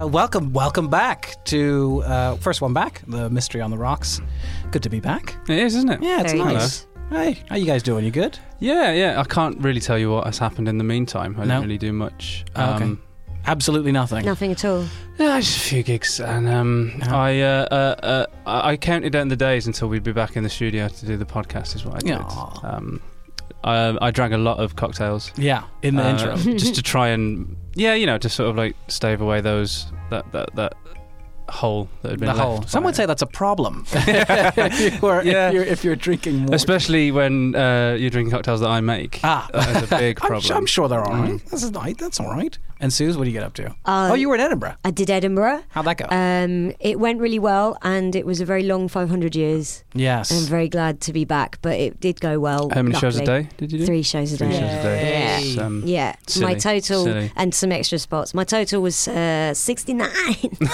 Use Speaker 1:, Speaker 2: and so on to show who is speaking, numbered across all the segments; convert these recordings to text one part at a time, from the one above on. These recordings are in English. Speaker 1: Uh, Welcome, welcome back to uh, first one back, the mystery on the rocks. Good to be back.
Speaker 2: It is, isn't it?
Speaker 1: Yeah, it's
Speaker 3: Very
Speaker 1: nice. Hey, how you guys doing? You good?
Speaker 2: Yeah, yeah. I can't really tell you what has happened in the meantime. I
Speaker 1: No.
Speaker 2: didn't really do much. Um,
Speaker 1: Oh, okay. Absolutely nothing.
Speaker 3: Nothing at all.
Speaker 2: yeah, just a few gigs, and um,
Speaker 1: Oh.
Speaker 2: I uh, uh, uh, I I counted down the days until we'd be back in the studio to do the podcast. Is what I did.
Speaker 1: Aw.
Speaker 2: Um, I, I drank a lot of cocktails
Speaker 1: Yeah, in the
Speaker 2: uh,
Speaker 1: intro.
Speaker 2: just to try and yeah, you know, to sort of like stave away those that that that hole that had been
Speaker 1: The
Speaker 2: left
Speaker 1: whole.
Speaker 2: by
Speaker 1: Some would
Speaker 2: it.
Speaker 1: say that's a problem. if, you were,
Speaker 2: Yeah.
Speaker 1: if, you're, if you're drinking more.
Speaker 2: especially when uh, you're drinking cocktails that I make.
Speaker 1: ah,
Speaker 2: That is a big
Speaker 1: I'm,
Speaker 2: problem. Mm-hmm.
Speaker 1: I'm sure they're all right. That's all right. That's all right. And Suze, what do you get up to?
Speaker 3: Uh,
Speaker 1: oh, you were in Edinburgh.
Speaker 3: I did Edinburgh.
Speaker 1: How'd that go?
Speaker 2: uh,
Speaker 3: Um, it went really well, and it was a very long 500 years. And I'm
Speaker 1: yes.
Speaker 3: very glad to be back, but it did go well.
Speaker 2: How many shows a
Speaker 3: luckily.
Speaker 2: day did you do?
Speaker 3: Three shows a
Speaker 2: Three
Speaker 3: day.
Speaker 2: shows a day.
Speaker 3: Yeah.
Speaker 2: It's, um,
Speaker 3: Yeah,
Speaker 2: Silly.
Speaker 3: my total
Speaker 2: Silly.
Speaker 3: and some extra spots. My total was uh, 69.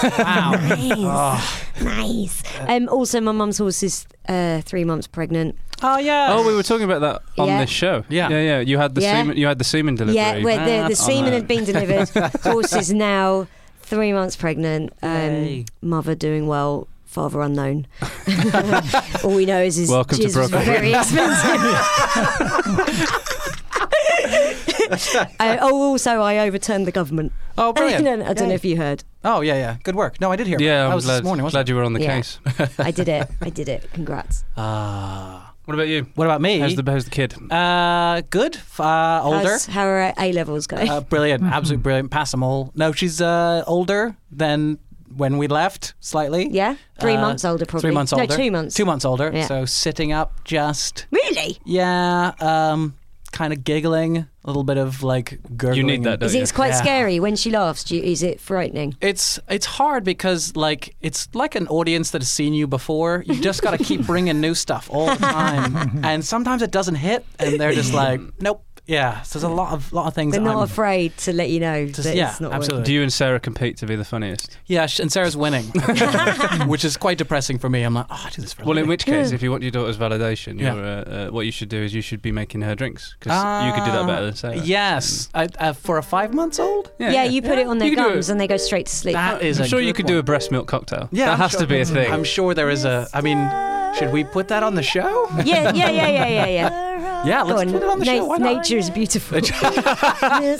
Speaker 1: Wow.
Speaker 3: nice.
Speaker 2: Ah.
Speaker 3: Nice. Um, also, my mum's horse is uh, three months pregnant.
Speaker 1: oh yeah.
Speaker 2: Oh, we were talking about that on
Speaker 3: Yeah.
Speaker 2: this show.
Speaker 1: Yeah.
Speaker 2: yeah, yeah. You had the
Speaker 3: Yeah.
Speaker 2: semen. You had the semen delivery.
Speaker 3: Yeah, where the, the
Speaker 1: That's
Speaker 3: semen
Speaker 2: on
Speaker 3: had been delivered. horse is now three months pregnant. Um,
Speaker 1: Yay.
Speaker 3: mother doing well. Father unknown. All we know is his
Speaker 2: Welcome to
Speaker 3: jizz was
Speaker 2: Brooklyn.
Speaker 3: very expensive. I, oh, also, I overturned the government.
Speaker 1: oh,
Speaker 3: I
Speaker 1: brilliant.
Speaker 3: don't know
Speaker 1: Yay.
Speaker 3: if you heard.
Speaker 1: Oh yeah, yeah. Good work. No, I did hear.
Speaker 2: Yeah,
Speaker 1: that
Speaker 2: I'm
Speaker 1: was
Speaker 2: glad,
Speaker 1: this morning. Wasn't
Speaker 2: glad you were on the
Speaker 3: Yeah.
Speaker 2: case.
Speaker 3: I did it. I did it. Congrats.
Speaker 1: it? Ah.
Speaker 2: What about you?
Speaker 1: what about me?
Speaker 2: How's the how's the kid?
Speaker 1: uh, good. F- Uh, older.
Speaker 3: How's- how are A levels going?
Speaker 1: Uh, brilliant, absolutely brilliant. Pass them all. No, she's uh, older than when we left, slightly.
Speaker 3: yeah, three
Speaker 1: Uh,
Speaker 3: months older probably.
Speaker 1: Three months older.
Speaker 3: No, two months.
Speaker 1: Two months older.
Speaker 3: Yeah.
Speaker 1: So sitting up, just
Speaker 3: Really?
Speaker 1: yeah, um, kind of giggling, a little bit of like gurgling.
Speaker 2: that,
Speaker 1: and-
Speaker 2: don't
Speaker 3: Is
Speaker 2: you?
Speaker 3: it, it's quite
Speaker 1: Yeah.
Speaker 3: scary when she laughs. Do you, is it frightening?
Speaker 1: It's it's hard because like it's like an audience that has seen you before. You just got to keep bringing new stuff all the time, and sometimes it doesn't hit, and they're just like, nope. Yeah, so there's a lot of lot of things.
Speaker 3: They're
Speaker 1: that
Speaker 3: not
Speaker 1: I'm-
Speaker 3: afraid to let you know that
Speaker 1: yeah,
Speaker 3: it's not
Speaker 1: absolutely.
Speaker 2: Do you and Sarah compete to be the funniest?
Speaker 1: Yeah, sh- and Sarah's winning, which is quite depressing for me. I'm like, oh, I do this for a
Speaker 2: Well, in
Speaker 1: living.
Speaker 2: which case, if you want your daughter's validation,
Speaker 1: Yeah.
Speaker 2: you're, uh, uh, what you should do is you should be making her drinks because you could do that
Speaker 1: Ah,
Speaker 2: better than Sarah.
Speaker 1: Yes, I, uh, for a five months old.
Speaker 3: working. Yeah, you put it on their
Speaker 2: You can do
Speaker 3: gums
Speaker 2: it.
Speaker 3: and they go straight to sleep.
Speaker 1: That is
Speaker 2: I'm
Speaker 1: a
Speaker 2: sure you
Speaker 1: good
Speaker 2: could do a
Speaker 1: one.
Speaker 2: breast milk cocktail.
Speaker 1: Yeah,
Speaker 2: that
Speaker 1: I'm
Speaker 2: has
Speaker 1: sure-
Speaker 2: to be a thing.
Speaker 1: I'm sure there is a. I mean, should we put that on the show?
Speaker 3: yeah, yeah, yeah, yeah, yeah, yeah.
Speaker 1: Yeah, let's
Speaker 3: Go
Speaker 1: put it on the
Speaker 3: Na-
Speaker 1: show. Why not?
Speaker 3: nature is beautiful. Mystery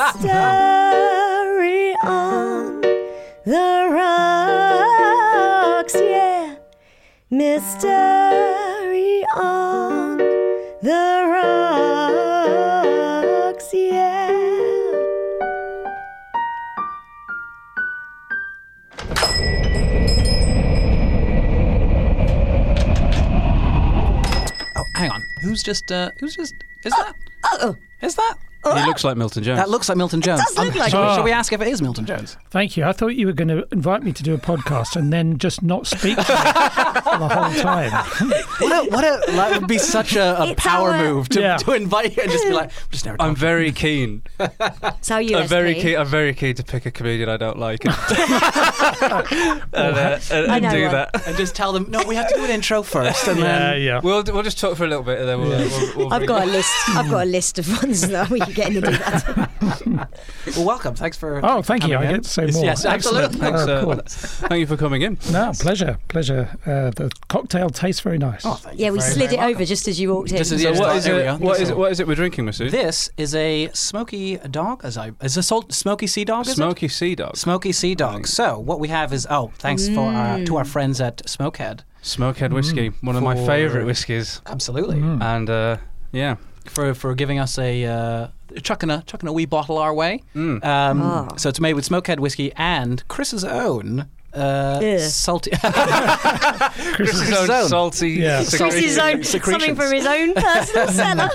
Speaker 3: on the rocks, yeah. Mystery on the rocks, yeah.
Speaker 1: Oh, hang on. Who's just? Uh, who's just? Is that? Is that?
Speaker 2: he looks like Milton Jones.
Speaker 1: That looks like Milton Jones.
Speaker 3: does look
Speaker 1: Um,
Speaker 3: like
Speaker 1: shall,
Speaker 2: him.
Speaker 1: shall we ask if it is Milton Jones?
Speaker 4: Thank you. I thought you were going to invite me to do a podcast and then just not speak to me for the whole time.
Speaker 1: What a, what a that would be such a, a
Speaker 3: It's
Speaker 1: power
Speaker 3: our-
Speaker 1: move to,
Speaker 4: Yeah.
Speaker 1: to invite you and just be like, I'm just never.
Speaker 2: I'm
Speaker 1: talking.
Speaker 2: very keen.
Speaker 3: So you
Speaker 2: I'm very
Speaker 3: SP.
Speaker 2: keen. I'm very keen to pick a comedian I don't like and, and, uh, and-
Speaker 3: I
Speaker 2: and
Speaker 3: know
Speaker 2: do
Speaker 3: one.
Speaker 2: that.
Speaker 1: and just tell them no. We have to do an intro first, and
Speaker 4: Yeah,
Speaker 1: then
Speaker 4: yeah.
Speaker 2: We'll we'll just talk for a little bit and then we'll. we'll, we'll
Speaker 3: I've
Speaker 2: bring-
Speaker 3: got a list. I've got a list of ones that we can get in to do that.
Speaker 1: Well, welcome. Thanks for.
Speaker 4: Oh, thank you.
Speaker 1: coming
Speaker 4: I
Speaker 1: in.
Speaker 4: get to say
Speaker 1: Yes,
Speaker 4: more.
Speaker 1: Yes, absolutely.
Speaker 2: Thanks,
Speaker 4: Oh,
Speaker 2: uh,
Speaker 4: cool.
Speaker 2: Thank you for coming in.
Speaker 4: No, pleasure, pleasure. Uh, the cocktail tastes very nice.
Speaker 2: Oh,
Speaker 3: Yeah, we slid it over just as you walked in.
Speaker 1: Just as
Speaker 2: So
Speaker 1: you-
Speaker 2: what is
Speaker 1: here we
Speaker 2: it?
Speaker 1: go.
Speaker 2: What is it? What is it we're drinking, Masood?
Speaker 1: This is a smoky dog. As I is a salt, smoky sea dog. Is
Speaker 2: Smoky Sea Dog.
Speaker 1: It? Smoky sea dog. So what we have is oh, thanks for our, to our friends at Smokehead.
Speaker 2: Smokehead whiskey, one of my
Speaker 1: For-
Speaker 2: favourite whiskies,
Speaker 1: Absolutely
Speaker 4: Mm.
Speaker 2: and uh, yeah,
Speaker 1: for for giving us a uh, chucking a chucking a wee bottle our way.
Speaker 2: Mm.
Speaker 1: Um,
Speaker 3: Ah.
Speaker 1: So it's made with Smokehead whiskey and Chris's own uh,
Speaker 3: Ugh.
Speaker 1: salty.
Speaker 4: Chris's,
Speaker 1: His own.
Speaker 2: salty.
Speaker 4: Yeah.
Speaker 2: secretion.
Speaker 3: Chris's own, um, something
Speaker 1: Secretions.
Speaker 3: from his own personal cellar.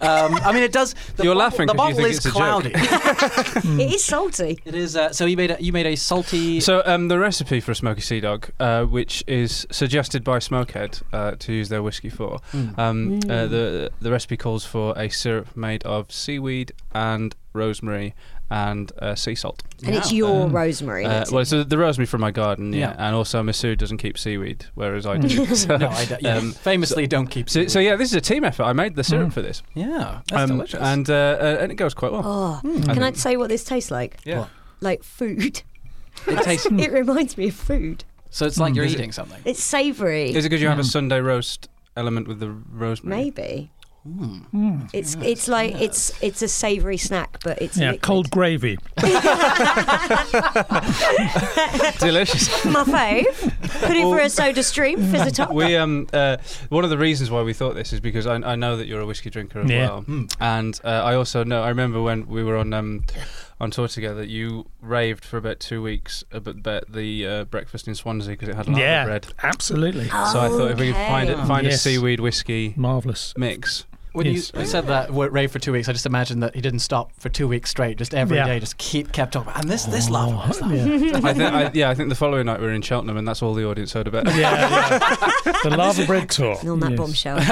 Speaker 1: um, I mean, it does. The
Speaker 2: You're
Speaker 1: bottle,
Speaker 2: laughing
Speaker 1: The
Speaker 2: 'cause
Speaker 1: bottle
Speaker 2: you
Speaker 1: is
Speaker 2: think it's a joke.
Speaker 1: cloudy.
Speaker 2: Hmm.
Speaker 3: It is salty.
Speaker 1: it is. Uh, so you made a, you made a salty.
Speaker 2: So um, the recipe for a smoky sea dog, uh, which is suggested by Smokehead uh, to use their whiskey for, um, uh, the the recipe calls for a syrup made of seaweed and rosemary and uh, sea salt.
Speaker 3: And it's your rosemary.
Speaker 2: Uh,
Speaker 3: that's it.
Speaker 2: well, so the rosemary from my garden, yeah,
Speaker 1: Yeah.
Speaker 2: and also Masood doesn't keep seaweed, whereas I do. so,
Speaker 1: no, I don't, yeah.
Speaker 2: um,
Speaker 1: famously don't keep.
Speaker 2: so, so
Speaker 1: seaweed.
Speaker 2: yeah, this is a team effort. I made the syrup for this,
Speaker 1: yeah, that's
Speaker 2: Um,
Speaker 1: delicious.
Speaker 2: and uh, uh, and it goes quite well.
Speaker 3: oh, can I say what this tastes like?
Speaker 2: Yeah.
Speaker 3: Like food.
Speaker 1: it tastes. Mm.
Speaker 3: it reminds me of food.
Speaker 1: So it's like you're
Speaker 2: Is it-
Speaker 1: eating something.
Speaker 3: It's savoury.
Speaker 2: Is it because you have a Sunday roast element with the rosemary?
Speaker 3: Maybe.
Speaker 1: Mm.
Speaker 2: Hmm.
Speaker 3: It's it's like it's it's a savoury snack, but it's
Speaker 4: yeah,
Speaker 3: liquid.
Speaker 4: cold gravy.
Speaker 2: Ah, Delicious.
Speaker 3: My fave. Put it for a soda stream for the top.
Speaker 2: we um uh, one of the reasons why we thought this is because I, I know that you're a whiskey drinker as
Speaker 4: Yeah.
Speaker 2: well, and uh, I also know I remember when we were on um on tour together, you raved for about two weeks about, about the uh, breakfast in Swansea because it had lava
Speaker 4: yeah,
Speaker 2: bread.
Speaker 4: absolutely.
Speaker 2: So I thought if we could find it,
Speaker 3: Okay.
Speaker 2: find a
Speaker 4: Yes.
Speaker 2: seaweed whiskey
Speaker 4: Marvelous.
Speaker 2: mix.
Speaker 1: When
Speaker 4: Yes.
Speaker 1: you said that w- rave for two weeks, I just imagined that he didn't stop for two weeks straight, just every day,
Speaker 4: Yeah.
Speaker 1: just keep kept talking. about, And this this lava, this lava.
Speaker 4: Yeah,
Speaker 2: I think, I, yeah, I think the following night we were in Cheltenham, and that's all the audience heard about.
Speaker 4: yeah, yeah. the lava bread tour.
Speaker 3: on that
Speaker 4: Yes.
Speaker 3: bombshell. what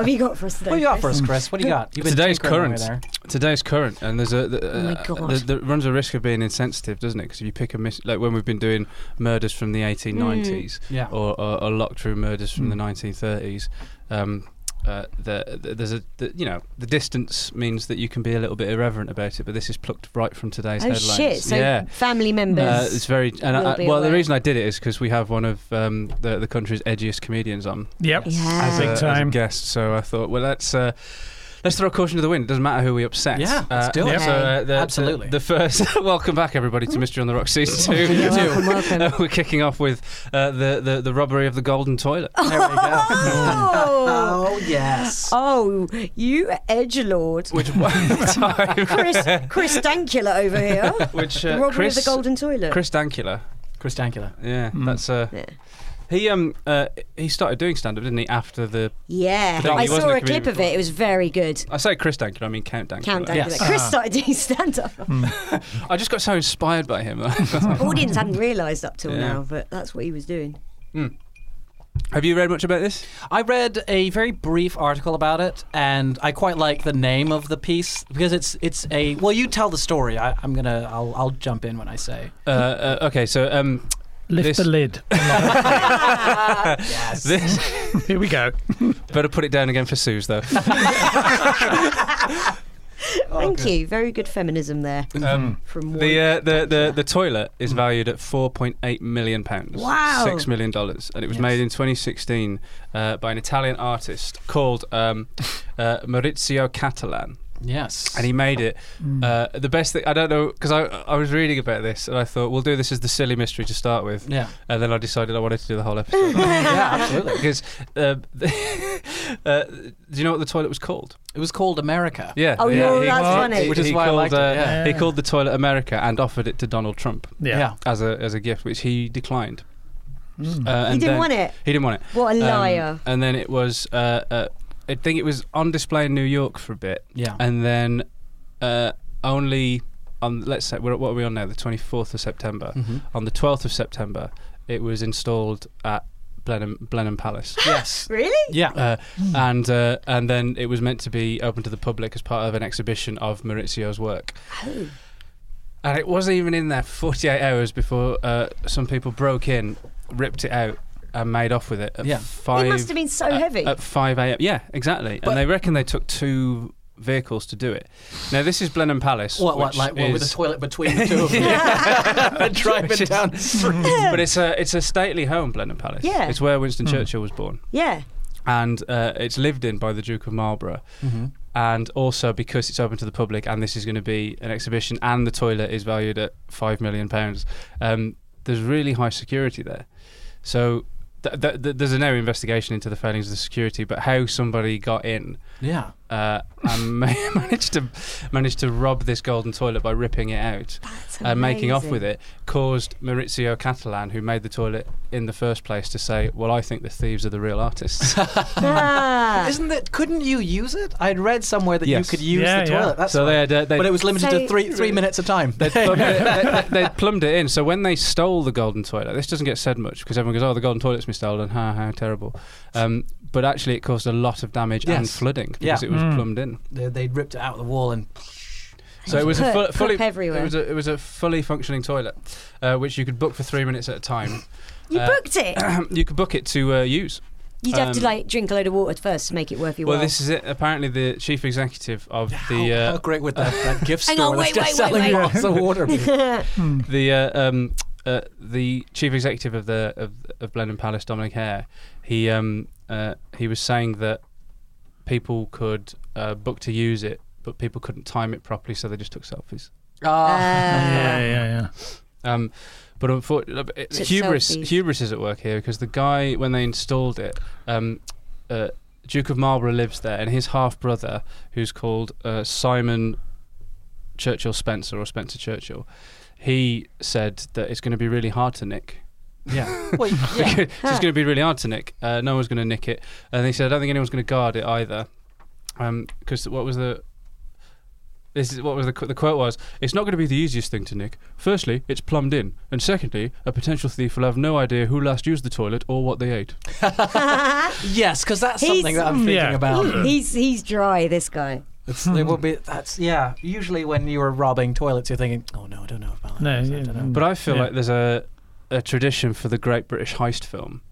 Speaker 3: have you got for us today?
Speaker 1: What do you got
Speaker 3: Chris?
Speaker 1: for us, Chris? What do you got? You've
Speaker 2: Today's
Speaker 1: tinkering away
Speaker 2: current. Today's current, and there's a the,
Speaker 3: Oh my
Speaker 2: uh,
Speaker 3: God.
Speaker 2: the, the runs a risk of being insensitive, doesn't it? Because if you pick a mis- like when we've been doing murders from the 1890s,
Speaker 1: Mm. Yeah. Mm.
Speaker 2: or, or, or locked through murders from the 1930s. Um, uh, the, the, there's a the, you know the distance means that you can be a little bit irreverent about it, but this is plucked right from today's
Speaker 3: Oh
Speaker 2: headlines.
Speaker 3: shit! So
Speaker 2: yeah.
Speaker 3: family
Speaker 2: Uh,
Speaker 3: members.
Speaker 2: it's very and
Speaker 3: will
Speaker 2: I,
Speaker 3: be
Speaker 2: well. The
Speaker 3: aware.
Speaker 2: reason I did it is because we have one of um, the the country's edgiest comedians on
Speaker 4: Yep.
Speaker 3: Yeah.
Speaker 2: as,
Speaker 3: Big
Speaker 2: a, as a
Speaker 4: time.
Speaker 2: guest, so I thought, well, let's uh, let's throw caution to the wind. It doesn't matter who we upset.
Speaker 1: Yeah, let's do
Speaker 3: it.
Speaker 2: So, uh, the,
Speaker 1: Absolutely.
Speaker 2: The, the first, welcome back everybody to Mystery on the Rock season two.
Speaker 3: You're welcome, welcome.
Speaker 2: Uh, we're kicking off with uh, the, the the robbery of the golden toilet.
Speaker 1: There There we go.
Speaker 3: oh,
Speaker 1: Oh yes.
Speaker 3: oh, you edge lord,
Speaker 2: Which time?
Speaker 3: Chris, Chris Dankula over here.
Speaker 2: Which
Speaker 3: The
Speaker 2: uh,
Speaker 3: robbery
Speaker 2: Chris
Speaker 3: of the golden toilet.
Speaker 2: Chris Dankula.
Speaker 1: Chris Dankula.
Speaker 2: Yeah, that's uh,
Speaker 3: Yeah.
Speaker 2: he um uh, he started doing stand up, didn't he? After the
Speaker 3: yeah,
Speaker 2: No, he
Speaker 3: I
Speaker 2: wasn't
Speaker 3: saw
Speaker 2: a
Speaker 3: a clip
Speaker 2: comedian
Speaker 3: of it. It was very good.
Speaker 2: I say Chris Dankula, I mean Count Dankula.
Speaker 3: Count Dankula.
Speaker 1: Yes.
Speaker 3: Chris started doing stand up.
Speaker 2: Mm. I just got so inspired by him.
Speaker 3: Audience hadn't realised up till
Speaker 2: Yeah.
Speaker 3: now, but that's what he was doing.
Speaker 2: Have you read much about this?
Speaker 1: I read a very brief article about it, and I quite like the name of the piece because it's it's a well. You tell the story. I, I'm gonna I'll I'll jump in when I say.
Speaker 2: Uh, uh, okay, so um,
Speaker 4: Lift
Speaker 2: This-
Speaker 4: the lid.
Speaker 2: this.
Speaker 4: Here we go.
Speaker 2: Better put it down again for Suze, though.
Speaker 3: Thank you. Very good feminism there
Speaker 2: Oh, um,
Speaker 3: from one.
Speaker 2: the, uh, the the the toilet is valued at 4.8 million pounds.
Speaker 3: Wow.
Speaker 2: Six million dollars, and it was
Speaker 1: Yes.
Speaker 2: made in 2016 uh, by an Italian artist called um, uh, Maurizio Catalan.
Speaker 1: Yes.
Speaker 2: and he made it
Speaker 1: Mm.
Speaker 2: uh, the best thing. I don't know because I I was reading about this and I thought we'll do this as the silly mystery to start with.
Speaker 1: Yeah.
Speaker 2: And then I decided I wanted to do the whole episode. yeah, absolutely. Because uh, uh, do you know what the toilet was called?
Speaker 1: it was called America.
Speaker 2: Yeah.
Speaker 3: Oh,
Speaker 2: yeah,
Speaker 3: no, that's funny.
Speaker 1: Which is why I liked it, yeah.
Speaker 2: uh, He called the toilet America and offered it to Donald Trump
Speaker 4: Yeah.
Speaker 1: Yeah. Hmm.
Speaker 2: as a as a gift, which he declined. Uh, and
Speaker 3: He didn't
Speaker 2: then-
Speaker 3: want it.
Speaker 2: He didn't want it.
Speaker 3: What
Speaker 2: Um,
Speaker 3: a liar.
Speaker 2: and then it was, uh, uh, I think it was on display in New York for a bit.
Speaker 1: Yeah.
Speaker 2: And then uh, only on, let's say, we're, what are we on now? The 24th of September.
Speaker 1: Mm-hmm.
Speaker 2: On the 12th of September, it was installed at Blenheim, Blenheim Palace.
Speaker 1: Yes.
Speaker 3: really?
Speaker 1: Yeah.
Speaker 2: Uh,
Speaker 3: Hmm.
Speaker 2: and uh, and then it was meant to be open to the public as part of an exhibition of Maurizio's work.
Speaker 3: Oh.
Speaker 2: And it wasn't even in there 48 hours before uh, some people broke in, ripped it out, and made off with it. At
Speaker 1: Yeah. It
Speaker 2: five,
Speaker 3: It must have been so
Speaker 2: at,
Speaker 3: heavy.
Speaker 2: At 5 a.m. Yeah, exactly.
Speaker 1: But-
Speaker 2: and they reckon they took two vehicles to do it. Now, this is Blenheim Palace.
Speaker 1: What, what,
Speaker 2: which
Speaker 1: like what, with a
Speaker 2: is-
Speaker 1: toilet between the two of them? Driving
Speaker 2: Which is-
Speaker 1: down the street.
Speaker 2: But it's a, it's a stately home, Blenheim Palace.
Speaker 3: Yeah.
Speaker 2: It's where Winston
Speaker 1: Hmm.
Speaker 2: Churchill was born
Speaker 3: yeah.
Speaker 2: and uh, it's lived in by the Duke of Marlborough. And also because it's open to the public, and this is going to be an exhibition, and the toilet is valued at five million pounds. Um, there's really high security there, so th- th- th- there's a now investigation into the failings of the security. But how somebody got in
Speaker 1: Yeah.
Speaker 2: uh, and ma- managed to managed to rob this golden toilet by ripping it out and making off with
Speaker 3: amazing.
Speaker 2: it, caused Maurizio Catalan, who made the toilet in the first place, to say, "Well, I think the thieves are the real artists." Uh,
Speaker 3: Ah.
Speaker 1: Isn't that? Couldn't you use it? I'd read somewhere that
Speaker 2: Yes.
Speaker 1: you could use
Speaker 4: Yeah,
Speaker 1: the
Speaker 4: yeah.
Speaker 1: toilet. That's
Speaker 2: so they
Speaker 1: right.
Speaker 2: had uh, they
Speaker 1: but it was limited
Speaker 3: So-
Speaker 1: to three three minutes a time.
Speaker 2: They plumbed, it, they, they- they plumbed it in. So when they stole the golden toilet, this doesn't get said much because everyone goes, "Oh, the golden toilet's been stolen! Ha ha, terrible." Um, but actually, it caused a lot of damage and
Speaker 1: Yes.
Speaker 2: flooding because
Speaker 1: Yeah.
Speaker 2: it was plumbed in.
Speaker 1: they, they ripped it out of the wall and
Speaker 2: So it was a
Speaker 3: Poop-
Speaker 2: fu-
Speaker 3: poop
Speaker 2: fully
Speaker 3: everywhere.
Speaker 2: It was a, it was a fully functioning toilet, uh, which you could book for three minutes at a time.
Speaker 3: You
Speaker 2: Uh,
Speaker 3: booked it.
Speaker 2: you could book it to uh, use.
Speaker 3: You'd have to
Speaker 2: um,
Speaker 3: like drink a load of water first to make it worth your
Speaker 2: Well,
Speaker 3: while.
Speaker 2: this is it. Apparently, the chief executive of the
Speaker 1: how,
Speaker 2: uh,
Speaker 1: oh, how great would that, that gift
Speaker 3: Hang
Speaker 1: store
Speaker 3: on,
Speaker 1: that's
Speaker 3: wait,
Speaker 1: just
Speaker 3: wait,
Speaker 1: selling
Speaker 3: wait, wait.
Speaker 1: lots of water be?
Speaker 2: the uh, um, uh, the chief executive of the of, of Blenheim Palace, Dominic Hare, he um, uh, he was saying that people could uh, book to use it, but people couldn't time it properly, so they just took selfies.
Speaker 4: yeah,
Speaker 3: Ah.
Speaker 4: yeah, yeah.
Speaker 2: Um, but unfortunately, it,
Speaker 3: Took
Speaker 2: hubris
Speaker 3: selfies.
Speaker 2: hubris is at work here because the guy when they installed it, um, uh, Duke of Marlborough lives there, and his half brother, who's called uh, Simon Churchill Spencer or Spencer Churchill, he said that it's going to be really hard to nick.
Speaker 1: yeah. Well,
Speaker 2: so
Speaker 1: yeah.
Speaker 2: it's going to be really hard to nick. Uh, no one's going to nick it. And they said, I don't think anyone's going to guard it either. Because what was the. This is what was the, qu- the quote was. It's not going to be the easiest thing to nick. Firstly, it's plumbed in, and secondly, a potential thief will have no idea who last used the toilet or what they ate.
Speaker 1: yes, because that's
Speaker 3: He's-
Speaker 1: something that I'm thinking
Speaker 4: Yeah.
Speaker 1: about.
Speaker 3: he's he's dry. This guy.
Speaker 1: It's, it will be. That's yeah. Usually when you are robbing toilets, you're thinking, "Oh no, I don't know about that."
Speaker 4: No,
Speaker 1: I
Speaker 4: yeah.
Speaker 1: don't know.
Speaker 2: But I feel
Speaker 4: Yeah.
Speaker 2: like there's a a tradition for the Great British Heist film.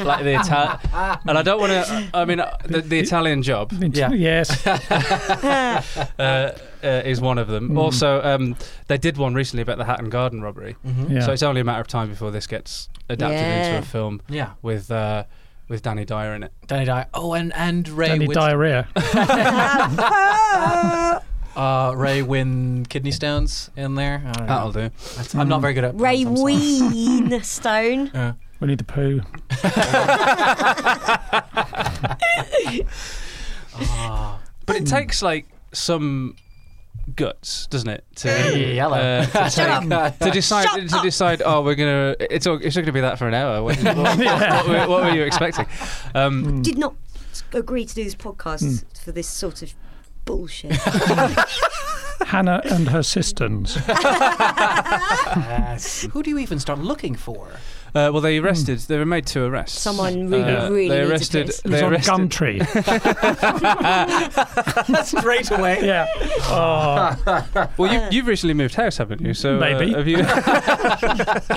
Speaker 2: like the Italian, and I don't want to. I mean, uh, the, the Italian job.
Speaker 1: Yeah.
Speaker 4: Yes.
Speaker 2: uh, uh, is one of
Speaker 4: Mm-hmm.
Speaker 2: them. Also, um, they did one recently about the Hatton Garden robbery,
Speaker 4: Yeah.
Speaker 2: so it's only a matter of time before this gets adapted into
Speaker 3: Yeah.
Speaker 2: a film
Speaker 1: Yeah,
Speaker 2: with uh, with Danny Dyer in it.
Speaker 1: Danny Dyer. Oh, and and Ray.
Speaker 4: Any
Speaker 1: Win-
Speaker 4: diarrhea.
Speaker 1: uh, Ray Win kidney stones in there. I don't
Speaker 2: That'll
Speaker 1: know.
Speaker 2: do.
Speaker 1: That's- I'm not very good at
Speaker 3: Ray
Speaker 1: puns, I'm sorry.
Speaker 3: Ween Stone.
Speaker 1: Yeah.
Speaker 4: We need the poo.
Speaker 2: But it takes like some guts, doesn't it? To,
Speaker 1: Yellow.
Speaker 2: uh, to,
Speaker 3: Mm.
Speaker 2: take-
Speaker 3: Shut
Speaker 2: to decide to decide. Oh, we're gonna. It's all, it's not gonna be that for an hour. What, what, what were, what were you expecting? Um,
Speaker 3: Did not s- agree to do this podcast
Speaker 1: Hmm.
Speaker 3: for this sort of bullshit.
Speaker 4: Hannah and her cisterns.
Speaker 1: Who do you even start looking for?
Speaker 2: uh, well, they arrested.
Speaker 4: Mm.
Speaker 2: They were made to arrest Uh,
Speaker 3: Someone really, really
Speaker 2: They
Speaker 3: needs a
Speaker 2: arrested.
Speaker 3: piss.
Speaker 4: It's
Speaker 2: They
Speaker 4: on
Speaker 2: arrested.
Speaker 4: Gumtree.
Speaker 1: Straight away.
Speaker 4: yeah. Oh,
Speaker 2: Well, you, you've recently moved house, haven't you? So uh,
Speaker 4: Maybe.
Speaker 2: have you?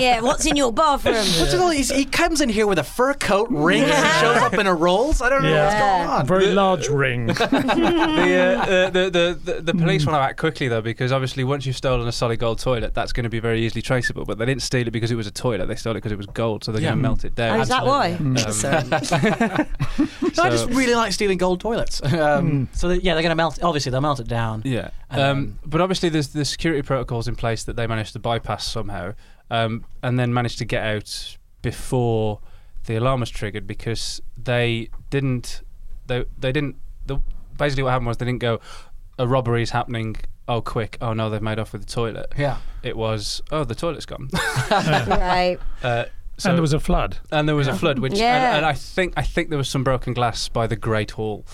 Speaker 3: yeah, what's in your bathroom?
Speaker 1: What's with all these- he comes in here with a fur coat, rings, and shows up in a Rolls. I don't know
Speaker 4: Yeah.
Speaker 1: what's going on.
Speaker 4: very large ring.
Speaker 2: the, uh, uh, the, the, the,
Speaker 4: Mm.
Speaker 2: the police want to act quickly though because obviously once you've stolen a solid gold toilet that's going to be very easily traceable but they didn't steal it because it was a toilet they stole it because it was gold so they're
Speaker 1: Yeah. Hmm.
Speaker 2: going to melt it down
Speaker 3: Oh, is that why?
Speaker 1: No, I just
Speaker 2: So-
Speaker 1: really like stealing gold toilets. Um, So that, yeah, they're gonna melt. Obviously, they'll melt it down.
Speaker 2: yeah um,
Speaker 1: Um,
Speaker 2: but obviously there's the security protocols in place that they managed to bypass somehow um, and then managed to get out before the alarm was triggered because they didn't they, they didn't the, basically what happened was they didn't go a robbery's happening oh quick oh no they've made off with the toilet
Speaker 1: Yeah.
Speaker 2: it was oh the toilet's gone
Speaker 3: right.
Speaker 2: Uh, so,
Speaker 4: and there was a flood.
Speaker 2: and there was a flood, which
Speaker 3: Yeah.
Speaker 2: and, and I think I think there was some broken glass by the Great Hall.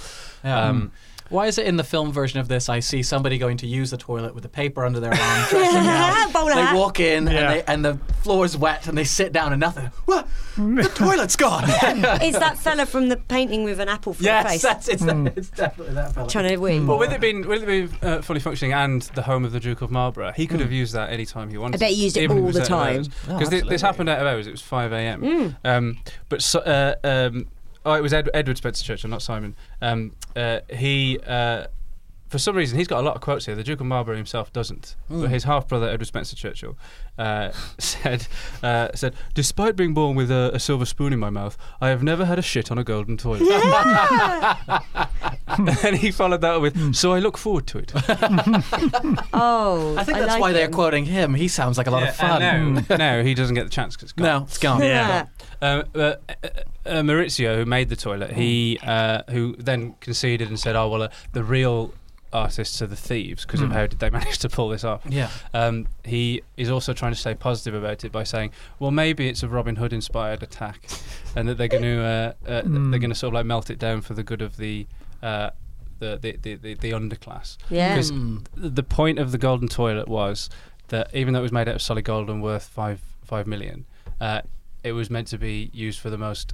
Speaker 1: Yeah.
Speaker 2: Um,
Speaker 1: Why is it in the film version of this? I see somebody going to use the toilet with a paper under their arm. dressing up.
Speaker 3: Bowler
Speaker 1: they
Speaker 3: hat.
Speaker 1: walk in
Speaker 4: Yeah.
Speaker 1: and, they, and the floor's wet and they sit down and nothing. What? The toilet's gone.
Speaker 3: It's that fella from the painting with an apple for a
Speaker 1: yes,
Speaker 3: face.
Speaker 1: that's it's, it's definitely that fella.
Speaker 3: Trying to win.
Speaker 2: well, with it being with it being uh, fully functioning and the home of the Duke of Marlborough, he could have used that any time he wanted.
Speaker 3: bet he used it
Speaker 2: even if
Speaker 3: all
Speaker 2: was
Speaker 3: the
Speaker 2: out of hours.
Speaker 1: No,
Speaker 2: because thi- this
Speaker 1: absolutely.
Speaker 2: happened out of hours. It was five a.m. Um, but so, uh, um, oh, it was Ed- Edward Spencer Churchill, not Simon. Um, uh, he. Uh, for some reason, he's got a lot of quotes here. The Duke of Marlborough himself doesn't, but his half brother Edward Spencer Churchill uh, said, uh, "said Despite being born with a, a silver spoon in my mouth, I have never had a shit on a golden toilet." and he followed that up with, "So I look forward to it."
Speaker 3: oh,
Speaker 1: I think that's
Speaker 3: like
Speaker 1: why they're
Speaker 3: him.
Speaker 1: quoting him. He sounds like a lot of fun.
Speaker 2: no, he doesn't get the chance because
Speaker 1: No, it's gone.
Speaker 3: Yeah.
Speaker 2: Um, but, uh, uh, Maurizio, who made the toilet, he uh, who then conceded and said, "Oh well, uh, the real artists are the thieves because of how did they manage to pull this off?"
Speaker 1: Yeah.
Speaker 2: Um, he is also trying to stay positive about it by saying, "Well, maybe it's a Robin Hood inspired attack, and that they're going to uh, uh, they're going to sort of like melt it down for the good of the." Uh, the, the, the, the, the underclass.
Speaker 3: Yeah.
Speaker 2: 'Cause
Speaker 1: Hmm.
Speaker 2: the point of the golden toilet was that even though it was made out of solid gold and worth five five million, uh, it was meant to be used for the most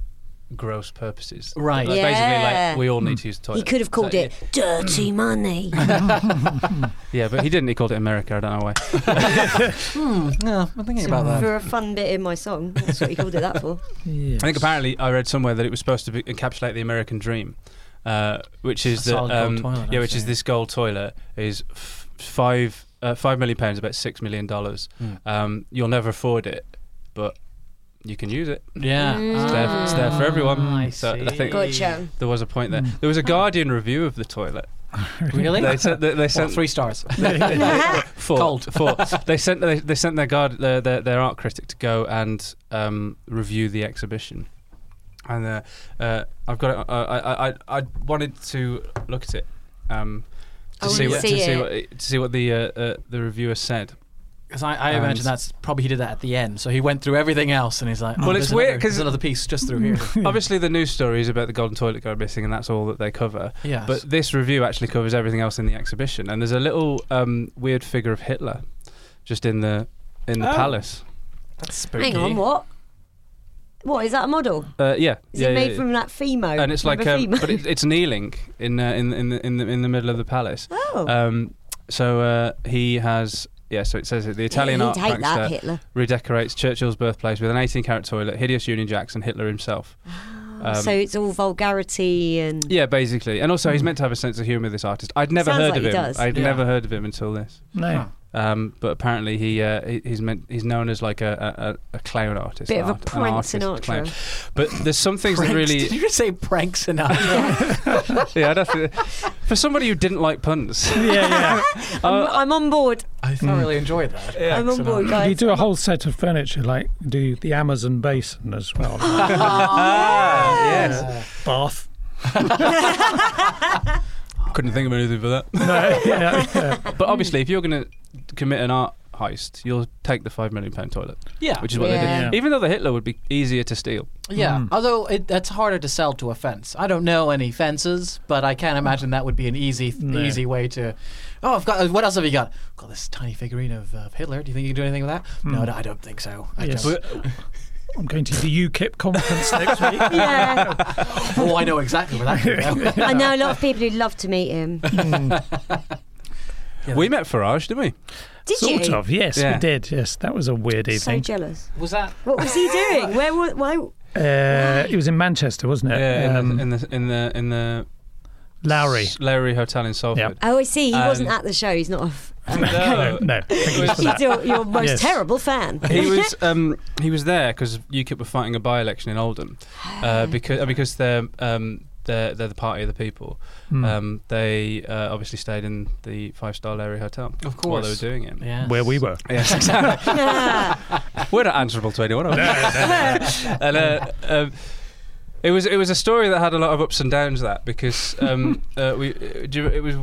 Speaker 2: gross purposes.
Speaker 1: Right. Hmm.
Speaker 2: Like, Basically,
Speaker 3: Yeah.
Speaker 2: like we all need to use the toilet.
Speaker 3: He could have called
Speaker 2: So,
Speaker 3: it
Speaker 2: Hmm.
Speaker 3: dirty money.
Speaker 2: Yeah, but he didn't. He called it America. I don't know why.
Speaker 1: Yeah, I'm thinking about that.
Speaker 3: for a fun bit in my song. That's what he called it that for.
Speaker 2: I think apparently I read somewhere that it was supposed to be, encapsulate the American dream, uh, which is
Speaker 1: A
Speaker 2: that
Speaker 1: solid gold
Speaker 2: um,
Speaker 1: toilet,
Speaker 2: yeah, which is
Speaker 1: actually.
Speaker 2: this gold toilet is f- five uh, five million pounds, about six million dollars.
Speaker 1: Hmm.
Speaker 2: Um, you'll never afford it, but you can use it.
Speaker 1: Yeah.
Speaker 3: Mm.
Speaker 1: Uh,
Speaker 2: It's there, it's there for everyone.
Speaker 1: Ah, I
Speaker 2: so I
Speaker 1: see. Hmm.
Speaker 2: think
Speaker 3: Gotcha.
Speaker 2: there was a point there. There was a Guardian review of the toilet.
Speaker 1: Really?
Speaker 2: They sent they, they
Speaker 1: Well,
Speaker 2: sent
Speaker 1: three stars.
Speaker 2: four,
Speaker 1: Cold.
Speaker 2: four. They sent they, they sent their guard their, their their art critic to go and um, review the exhibition. And uh, uh, I've got it. Uh, I, I I wanted to look at it um, to
Speaker 1: Oh,
Speaker 3: I
Speaker 2: see
Speaker 3: wanna
Speaker 2: what
Speaker 3: see
Speaker 2: to see
Speaker 3: it.
Speaker 2: what to see what the uh, uh, the reviewer said.
Speaker 1: Because I, I
Speaker 2: And-
Speaker 1: imagine that's probably he did that at the end. So he went through everything else and he's like, oh,
Speaker 2: Well, it's
Speaker 1: there's
Speaker 2: weird
Speaker 1: another-
Speaker 2: 'cause-
Speaker 1: there's another piece just through here.
Speaker 2: Obviously, the news story is about the golden toilet going missing, and that's all that they cover.
Speaker 1: Yes.
Speaker 2: But this review actually covers everything else in the exhibition, and there's a little um, weird figure of Hitler just in the in the palace.
Speaker 1: That's spooky.
Speaker 3: Hang on, what? What is that a model?
Speaker 2: Uh, yeah,
Speaker 3: Is
Speaker 2: yeah,
Speaker 3: it
Speaker 2: yeah,
Speaker 3: made
Speaker 2: yeah.
Speaker 3: from that Fimo?
Speaker 2: and it's like,
Speaker 3: Remember
Speaker 2: um,
Speaker 3: Fimo?
Speaker 2: but it, it's kneeling in uh, in in the, in the in the middle of the palace.
Speaker 3: Oh.
Speaker 2: Um, so uh, he has. Yeah, so it says that the Italian
Speaker 3: He'd
Speaker 2: art
Speaker 3: hate that,
Speaker 2: prankster
Speaker 3: Hitler.
Speaker 2: redecorates Churchill's birthplace with an 18-carat toilet, hideous Union Jacks, and Hitler himself. Um,
Speaker 3: Ah, so it's all vulgarity and
Speaker 2: yeah, basically, and also he's meant to have a sense of humour. This artist, I'd never
Speaker 3: Sounds
Speaker 2: heard
Speaker 3: like
Speaker 2: of
Speaker 3: he
Speaker 2: him.
Speaker 3: does.
Speaker 2: I'd
Speaker 1: Yeah.
Speaker 2: never heard of him until this.
Speaker 4: No.
Speaker 2: Um, but apparently he, uh, he- he's meant he's known as like a, a, a- a clown artist,
Speaker 3: Bit of a
Speaker 2: art- an
Speaker 3: prank
Speaker 2: artist
Speaker 3: Sinatra.
Speaker 2: clown. But there's some things that
Speaker 1: Pranks.
Speaker 2: really,
Speaker 1: Did you just say pranks enough?
Speaker 2: yeah, I don't think, for somebody who didn't like puns,
Speaker 4: Yeah,
Speaker 3: I'm, I'm on board.
Speaker 1: I thoroughly enjoyed that.
Speaker 3: I'm on board,
Speaker 4: Hmm. yeah.
Speaker 3: guys.
Speaker 4: You do a whole set of furniture, like do the Amazon basin as well.
Speaker 2: yes,
Speaker 4: Bath.
Speaker 2: couldn't think of anything for that.
Speaker 4: No, yeah, yeah.
Speaker 2: But obviously, if you're going to commit an art heist, you'll take the five million pound toilet,
Speaker 1: Yeah.
Speaker 2: which is what they
Speaker 3: Yeah.
Speaker 2: did. Even though the Hitler would be easier to steal.
Speaker 1: Yeah, although it, that's harder to sell to a fence. I don't know any fences, but I can't imagine that would be an easy,
Speaker 4: Hmm.
Speaker 1: easy way to. Oh, I've got. What else have you got? I've got this tiny figurine of, of Hitler. Do you think you can do anything with that? No, no, I don't think so. I
Speaker 4: Hmm. Yes.
Speaker 1: don't.
Speaker 4: I'm going to the UKIP conference next week.
Speaker 3: Yeah.
Speaker 1: oh, I know exactly where that could go.
Speaker 3: I know a lot of people who'd love to meet him.
Speaker 2: We met Farage, didn't we?
Speaker 3: Did
Speaker 4: Sort
Speaker 3: you?
Speaker 4: of, yes,
Speaker 2: Yeah.
Speaker 4: we did. Yes, that was a weird
Speaker 3: So
Speaker 4: evening.
Speaker 3: jealous.
Speaker 1: Was that?
Speaker 3: What was he doing? Where was? Why? oh,
Speaker 4: uh, it was in Manchester, wasn't it?
Speaker 2: Yeah,
Speaker 4: um,
Speaker 2: in, the, in the in the in the
Speaker 4: Lowry.
Speaker 2: Lowry Hotel in Salford. uh,
Speaker 3: Oh, I see. He wasn't
Speaker 2: Um,
Speaker 3: at the show. He's not. A f-
Speaker 2: No.
Speaker 4: No, thank you for
Speaker 3: he's
Speaker 4: that.
Speaker 3: your, your most
Speaker 4: Yes.
Speaker 3: terrible fan.
Speaker 2: he was um, he was there because UKIP were fighting a by-election in Oldham uh, because uh, because they're um, they're they're the party of the people.
Speaker 1: Hmm.
Speaker 2: Um, they uh, obviously stayed in the five-star Larry Hotel
Speaker 1: Of
Speaker 2: while they were
Speaker 1: course.
Speaker 2: doing it.
Speaker 1: Yeah.
Speaker 4: Where we were.
Speaker 2: Yes, exactly. we're not answerable to anyone. Are we? and, uh, um, it was it was a story that had a lot of ups and downs. That because um, uh, we uh, do you, it was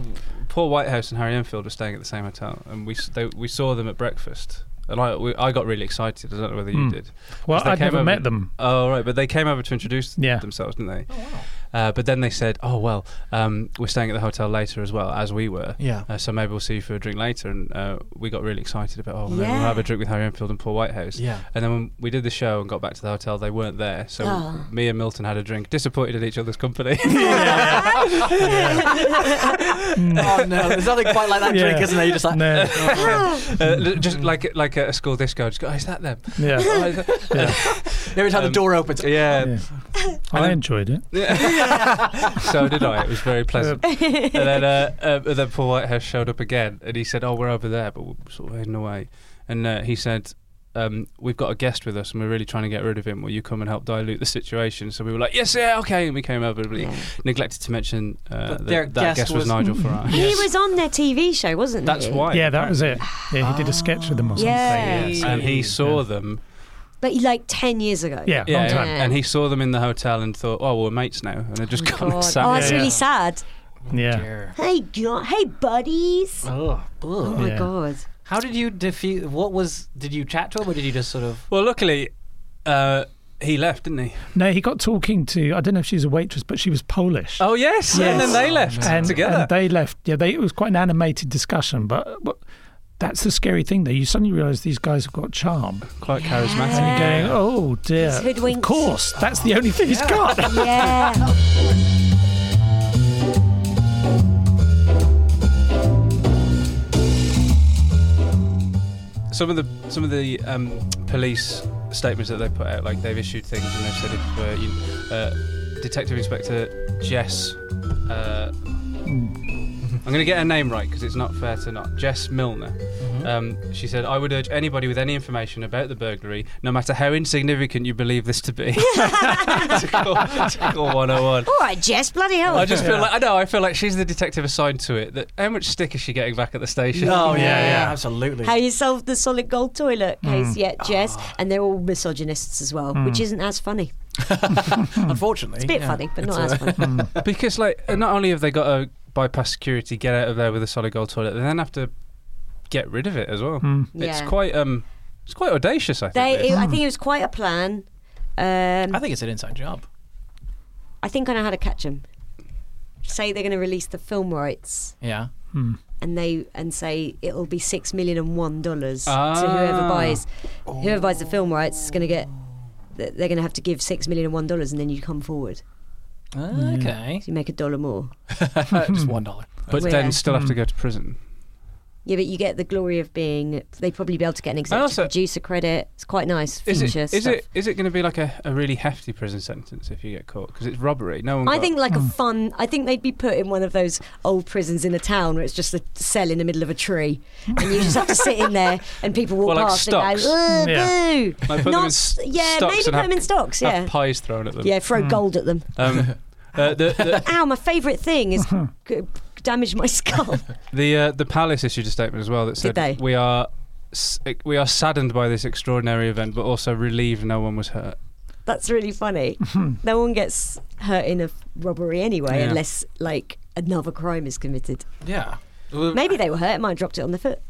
Speaker 2: Paul Whitehouse and Harry Enfield were staying at the same hotel, and we s- they, we saw them at breakfast, and I we, I got really excited. I don't know whether you
Speaker 4: Mm.
Speaker 2: did.
Speaker 4: Well,
Speaker 2: 'Cause they
Speaker 4: I'd
Speaker 2: came
Speaker 4: never
Speaker 2: over-
Speaker 4: met them.
Speaker 2: Oh right, but they came over to introduce
Speaker 4: Yeah.
Speaker 2: themselves, didn't they? Oh, wow. uh, but then they said, "Oh well, um, we're staying at the hotel later as well as we were.
Speaker 1: Yeah.
Speaker 2: Uh, so maybe we'll see you for a drink later." And uh, we got really excited about, "Oh, maybe
Speaker 3: Yeah.
Speaker 2: we'll have a drink with Harry Enfield and Paul Whitehouse."
Speaker 1: Yeah.
Speaker 2: And then when we did the show and got back to the hotel, they weren't there. So
Speaker 3: Oh.
Speaker 2: me and Milton had a drink, disappointed at each other's company.
Speaker 1: Oh no, there's nothing quite like that
Speaker 4: Yeah.
Speaker 1: drink, isn't there? You're just like.
Speaker 4: No,
Speaker 2: uh, l- just like like a school disco. Just go, oh, is that them?
Speaker 4: yeah,
Speaker 2: Oh, is that-"
Speaker 1: Every time the
Speaker 2: Um,
Speaker 1: door opens.
Speaker 2: yeah.
Speaker 4: yeah. I enjoyed it.
Speaker 2: so did I. It was very pleasant. and then, uh, uh, and then Paul Whitehouse showed up again, and he said, "Oh, we're over there, but we're sort of hidden away." And uh, he said, um, "We've got a guest with us, and we're really trying to get rid of him. Will you come and help dilute the situation?" So we were like, "Yes, yeah, okay." And we came over, but he neglected to mention
Speaker 1: But
Speaker 2: uh, that
Speaker 1: their
Speaker 2: that
Speaker 1: guest
Speaker 2: guest, was,
Speaker 1: was-
Speaker 2: Nigel Farage.
Speaker 3: He was on their TV show, wasn't
Speaker 2: That's
Speaker 3: he?
Speaker 2: why.
Speaker 4: Yeah, that was it. Yeah, he did a sketch with them or something.
Speaker 3: Yeah.
Speaker 2: And he saw them
Speaker 3: but like 10 years ago.
Speaker 4: Yeah,
Speaker 2: Yeah,
Speaker 4: long
Speaker 2: and,
Speaker 4: time.
Speaker 3: yeah.
Speaker 2: and he saw them in the hotel and thought, "Oh, we're mates now," and they just gone and sat
Speaker 3: Oh,
Speaker 2: there.
Speaker 3: that's
Speaker 4: Yeah,
Speaker 3: really
Speaker 4: yeah.
Speaker 3: sad.
Speaker 4: Yeah.
Speaker 3: Hey, God. Hey, buddies.
Speaker 1: Oh,
Speaker 3: Oh,
Speaker 1: ugh.
Speaker 3: my
Speaker 4: Yeah.
Speaker 3: God.
Speaker 1: How did you defeat? What was? Did you chat to him, or did you just sort of?
Speaker 2: Well, luckily, uh, he left, didn't he?
Speaker 4: No, he got talking to. I don't know if she's a waitress, but she was Polish.
Speaker 2: Oh yes, and then they left
Speaker 4: and,
Speaker 2: together.
Speaker 4: and they left. Yeah, they, it was quite an animated discussion, but, but that's the scary thing, though. You suddenly realise these guys have got charm.
Speaker 2: Quite charismatic.
Speaker 4: And you're going, oh dear.
Speaker 3: He's hoodwinked.
Speaker 4: Of course, that's the only thing he's got.
Speaker 3: Yeah.
Speaker 2: Some of the some of the um, police statements that they put out, like they've issued things and they've said, if, uh, you, uh, Detective Inspector Jess, uh, I'm going to get her name right because it's not fair to not Jess Milner. Um, she said, "I would urge anybody with any information about the burglary, no matter how insignificant you believe this to be, to, call, to call 101."
Speaker 3: All right, Jess. Bloody hell.
Speaker 2: I just feel like I know. I feel like she's the detective assigned to it. That how much stick is she getting back at the station?
Speaker 1: Oh, yeah, absolutely.
Speaker 3: How you solved the solid gold toilet case yet, Jess? And they're all misogynists as well, which isn't as funny.
Speaker 1: Unfortunately, uh,
Speaker 3: Bit funny, but not as funny.
Speaker 2: Because like, not only have they got to bypass security, get out of there with a solid gold toilet, they then have to get rid of it as well. It's
Speaker 3: Yeah.
Speaker 2: quite um, it's quite audacious. I think.
Speaker 3: They,
Speaker 2: this.
Speaker 3: I think it was quite a plan.
Speaker 1: I
Speaker 3: Um,
Speaker 1: think it's an inside job.
Speaker 3: I think I know how to catch them. Say they're going to release the film rights,
Speaker 1: Yeah.
Speaker 3: and they and say it'll be six million and one dollars to whoever
Speaker 2: Ah. Oh.
Speaker 3: buys whoever buys the film rights is going to get. They're going to have to give six million and one dollars, and then you come forward. Mm.
Speaker 1: Okay. Uh,
Speaker 3: So you make a dollar more.
Speaker 1: Just one dollar.
Speaker 2: but
Speaker 3: We're-
Speaker 2: then still have to go to prison.
Speaker 3: Yeah, but you get the glory of being. They'd probably be able to get an executive
Speaker 2: also-
Speaker 3: producer credit. It's quite nice.
Speaker 2: Is
Speaker 3: Future
Speaker 2: it is,
Speaker 3: stuff.
Speaker 2: it is it going to be like a, a really hefty prison sentence if you get caught because it's robbery? No one.
Speaker 3: I
Speaker 2: got-
Speaker 3: think like a fun. I think they'd be put in one of those old prisons in a town where it's just a cell in the middle of a tree, and you just have to sit in there, and people walk
Speaker 2: Well, like
Speaker 3: past and
Speaker 2: stocks.
Speaker 3: go, "Ugh,
Speaker 4: Yeah.
Speaker 3: boo."
Speaker 2: Like, put them
Speaker 3: Not
Speaker 2: in
Speaker 3: s-
Speaker 2: s-
Speaker 3: yeah,
Speaker 2: stocks
Speaker 3: maybe
Speaker 2: and
Speaker 3: put
Speaker 2: have-
Speaker 3: them in stocks.
Speaker 2: have
Speaker 3: Yeah,
Speaker 2: pies thrown at them.
Speaker 3: yeah, throw gold at them.
Speaker 2: Um, uh, the, the,
Speaker 3: Ow, my favourite thing is g- damage my skull.
Speaker 2: The uh, the palace issued a statement as well that said
Speaker 3: they?
Speaker 2: we are s- we are saddened by this extraordinary event, but also relieved no one was hurt.
Speaker 3: That's really funny. no one gets hurt in a f- robbery anyway,
Speaker 2: Yeah.
Speaker 3: unless like another crime is committed.
Speaker 1: Yeah.
Speaker 3: Maybe they were hurt. It might have dropped it on the foot.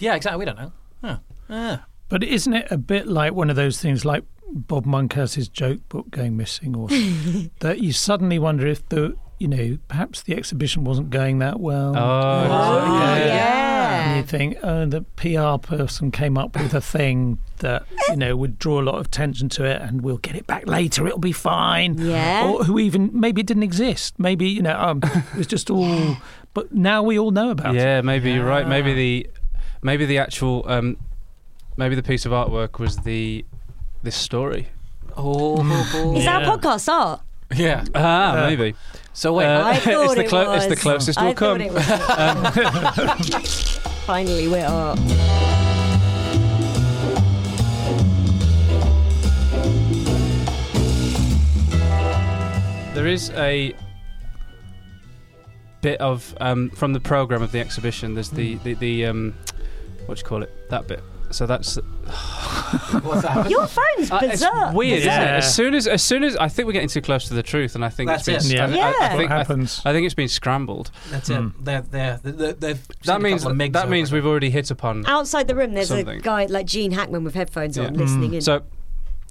Speaker 1: Yeah, exactly. We don't know. Huh. Ah.
Speaker 4: But isn't it a bit like one of those things like Bob Monkhouse's joke book going missing or that you suddenly wonder if the you know, perhaps the exhibition wasn't going that well.
Speaker 2: Oh,
Speaker 3: yeah.
Speaker 4: And you think, oh, the PR person came up with a thing that, you know, would draw a lot of attention to it and we'll get it back later, it'll be fine.
Speaker 3: Yeah.
Speaker 4: Or who even, maybe it didn't exist. Maybe, you know, um, it was just all, but now we all know about it.
Speaker 2: Yeah, maybe you're right. Maybe the maybe the actual um, maybe the piece of artwork was the this story.
Speaker 1: Oh.
Speaker 3: Is that
Speaker 4: Yeah.
Speaker 3: our podcast art?
Speaker 1: yeah.
Speaker 2: Ah, maybe.
Speaker 1: So wait.
Speaker 2: Uh,
Speaker 3: I thought
Speaker 2: it's the
Speaker 3: it
Speaker 2: clo-
Speaker 3: was.
Speaker 2: it's the closest
Speaker 3: I
Speaker 2: we'll
Speaker 3: thought
Speaker 2: come.
Speaker 3: it was. Finally, we're up.
Speaker 2: There is a bit of um, from the program of the exhibition. There's the the, the um, what do you call it? That bit. So that's
Speaker 1: what's that?
Speaker 3: Your phone's
Speaker 2: Uh,
Speaker 3: bizarre.
Speaker 2: It's weird, isn't
Speaker 4: Bizarre.
Speaker 2: it? As soon as, as soon as I think we're getting too close to the truth, and I think
Speaker 1: That's
Speaker 2: it's
Speaker 1: it.
Speaker 2: been,
Speaker 4: Yeah.
Speaker 2: I,
Speaker 3: Yeah.
Speaker 2: I, I
Speaker 3: What
Speaker 2: think, I,
Speaker 4: happens.
Speaker 2: I think it's been scrambled.
Speaker 1: That's it. They're, they're, they're, they're,
Speaker 2: That means that means we've already hit upon.
Speaker 3: Outside the room, there's a
Speaker 2: Something.
Speaker 3: guy like Gene Hackman with headphones on,
Speaker 2: Yeah. Mm.
Speaker 3: listening in.
Speaker 2: So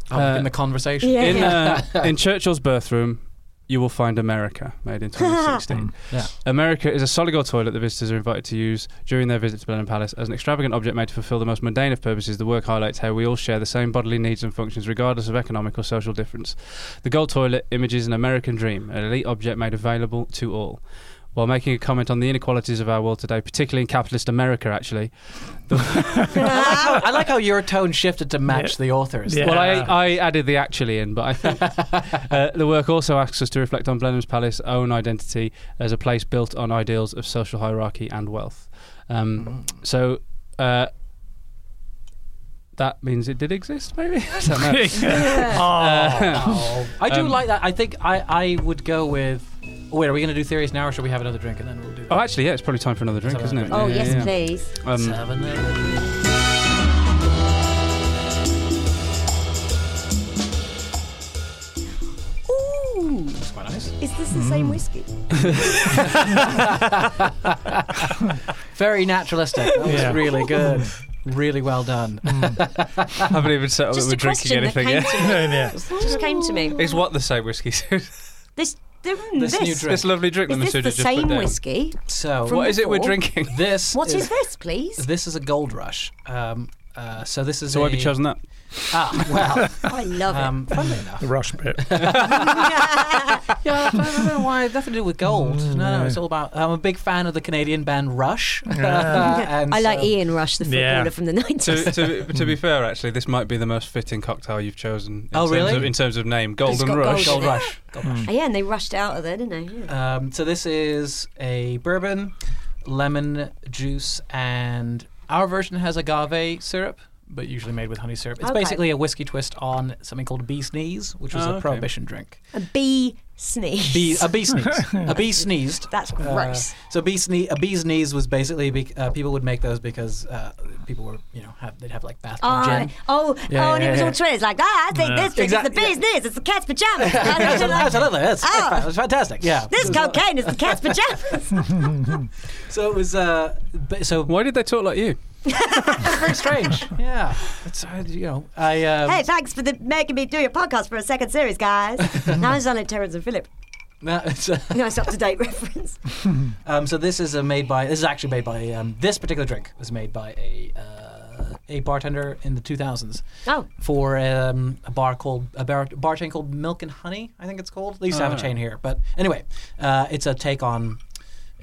Speaker 2: uh,
Speaker 1: in the conversation.
Speaker 3: Yeah.
Speaker 2: in uh, in Churchill's birthroom, you will find America, made in 2016.
Speaker 1: Yeah.
Speaker 2: America is a solid gold toilet that visitors are invited to use during their visit to Blenheim Palace as an extravagant object made to fulfil the most mundane of purposes. The work highlights how we all share the same bodily needs and functions, regardless of economic or social difference. The gold toilet images an American dream, an elite object made available to all. While making a comment on the inequalities of our world today, particularly in capitalist America, actually.
Speaker 1: Oh, I like how your tone shifted to match the author's.
Speaker 4: Yeah.
Speaker 2: Well, I, I added the actually in, but I think uh, the work also asks us to reflect on Blenheim's Palace's own identity as a place built on ideals of social hierarchy and wealth. Um, So uh, that means it did exist, maybe? I don't know.
Speaker 4: Ah,
Speaker 1: Oh, I
Speaker 3: Um,
Speaker 1: do like that. I think I, I would go with. Wait, are we going to do theories now, or should we have another drink and then we'll do?
Speaker 2: oh, actually, yeah, it's probably time for another drink,
Speaker 1: Let's
Speaker 2: isn't
Speaker 1: have
Speaker 2: it?
Speaker 3: oh,
Speaker 2: Yeah,
Speaker 3: yes,
Speaker 2: yeah.
Speaker 3: please.
Speaker 2: Um,
Speaker 1: Seven.
Speaker 2: That's quite nice.
Speaker 3: Is this the
Speaker 2: Mm.
Speaker 3: same whiskey?
Speaker 1: Very naturalistic. That was
Speaker 4: Yeah.
Speaker 1: really good. Really well done.
Speaker 2: I haven't even settled that
Speaker 3: Just
Speaker 2: we're
Speaker 3: a
Speaker 2: drinking
Speaker 3: question that
Speaker 2: anything
Speaker 3: came
Speaker 2: yet.
Speaker 3: to me. Just came to me.
Speaker 2: It's what the same whiskey suit.
Speaker 3: This, the,
Speaker 1: This new drink.
Speaker 2: this lovely drink that
Speaker 3: Is
Speaker 2: Masuda
Speaker 3: this the
Speaker 2: just put
Speaker 3: same
Speaker 2: down.
Speaker 3: whiskey?
Speaker 1: So
Speaker 3: From
Speaker 2: What is it we're
Speaker 3: before?
Speaker 2: drinking?
Speaker 1: this
Speaker 3: What
Speaker 1: is
Speaker 3: is this, please?
Speaker 1: this is a gold rush. Um, uh, so this is
Speaker 2: So why have
Speaker 1: a,
Speaker 2: you chosen that?
Speaker 1: Ah, well,
Speaker 3: I love
Speaker 1: um, funnily enough,
Speaker 4: The rush bit.
Speaker 1: yeah, I don't, I don't know why. Nothing to do with gold.
Speaker 2: Mm,
Speaker 1: no, no, it's all about. I'm a big fan of the Canadian band Rush.
Speaker 3: it.
Speaker 1: and
Speaker 3: I like E.
Speaker 1: so-
Speaker 3: Ian Rush, the footballer
Speaker 4: Yeah.
Speaker 3: from the 90s.
Speaker 2: to, to, to be fair, actually, this might be the most fitting cocktail you've chosen. In
Speaker 1: Hmm. Oh,
Speaker 2: terms
Speaker 1: really?
Speaker 2: Of, in terms of name, Golden
Speaker 3: got
Speaker 2: Rush.
Speaker 3: gold
Speaker 1: Gold
Speaker 3: in it.
Speaker 1: Rush. Gold Rush.
Speaker 3: Oh, yeah, and they rushed it out of there, didn't they? Yeah.
Speaker 1: Um, so this is a bourbon, lemon juice, and our version has agave syrup, but usually made with honey syrup. It's
Speaker 3: Okay.
Speaker 1: basically a whiskey twist on something called a bee's knees, which was
Speaker 2: Oh,
Speaker 1: a
Speaker 2: okay.
Speaker 1: prohibition drink.
Speaker 3: A bee sneeze.
Speaker 1: Bee, a bee sneeze. a bee sneezed.
Speaker 3: That's
Speaker 1: Uh,
Speaker 3: gross.
Speaker 1: so bee sne- a bee's knees was basically bec uh, people would make those because uh, people were you know have, they'd have like bath
Speaker 3: Oh,
Speaker 1: gin.
Speaker 3: oh,
Speaker 1: Yeah,
Speaker 3: oh, and
Speaker 1: yeah,
Speaker 3: it was
Speaker 1: yeah.
Speaker 3: all twins. Like, ah, I think this drink
Speaker 1: Exact-
Speaker 3: is the bee's knees. It's the cat's pajamas. I don't like-
Speaker 1: Absolutely, that's
Speaker 3: Oh.
Speaker 1: that's fantastic. Yeah,
Speaker 3: this cocaine is the cat's pajamas.
Speaker 1: so it was. Uh, ba- so
Speaker 2: Why did they talk like you?
Speaker 1: very strange. yeah, it's uh, you know I. Um,
Speaker 3: hey, thanks for the, making me do your podcast for a second series, guys. now I sound like Terrence and Philip.
Speaker 1: no, it's, uh,
Speaker 3: Nice up to date reference.
Speaker 1: Um, so this is a made by. This is actually made by. Um, this particular drink was made by a uh, a bartender in the 2000s
Speaker 3: Oh,
Speaker 1: for um, a bar called a bar, bar chain called Milk and Honey. I think it's called. They used
Speaker 2: Ah.
Speaker 1: to have a chain here, but anyway, uh, it's a take on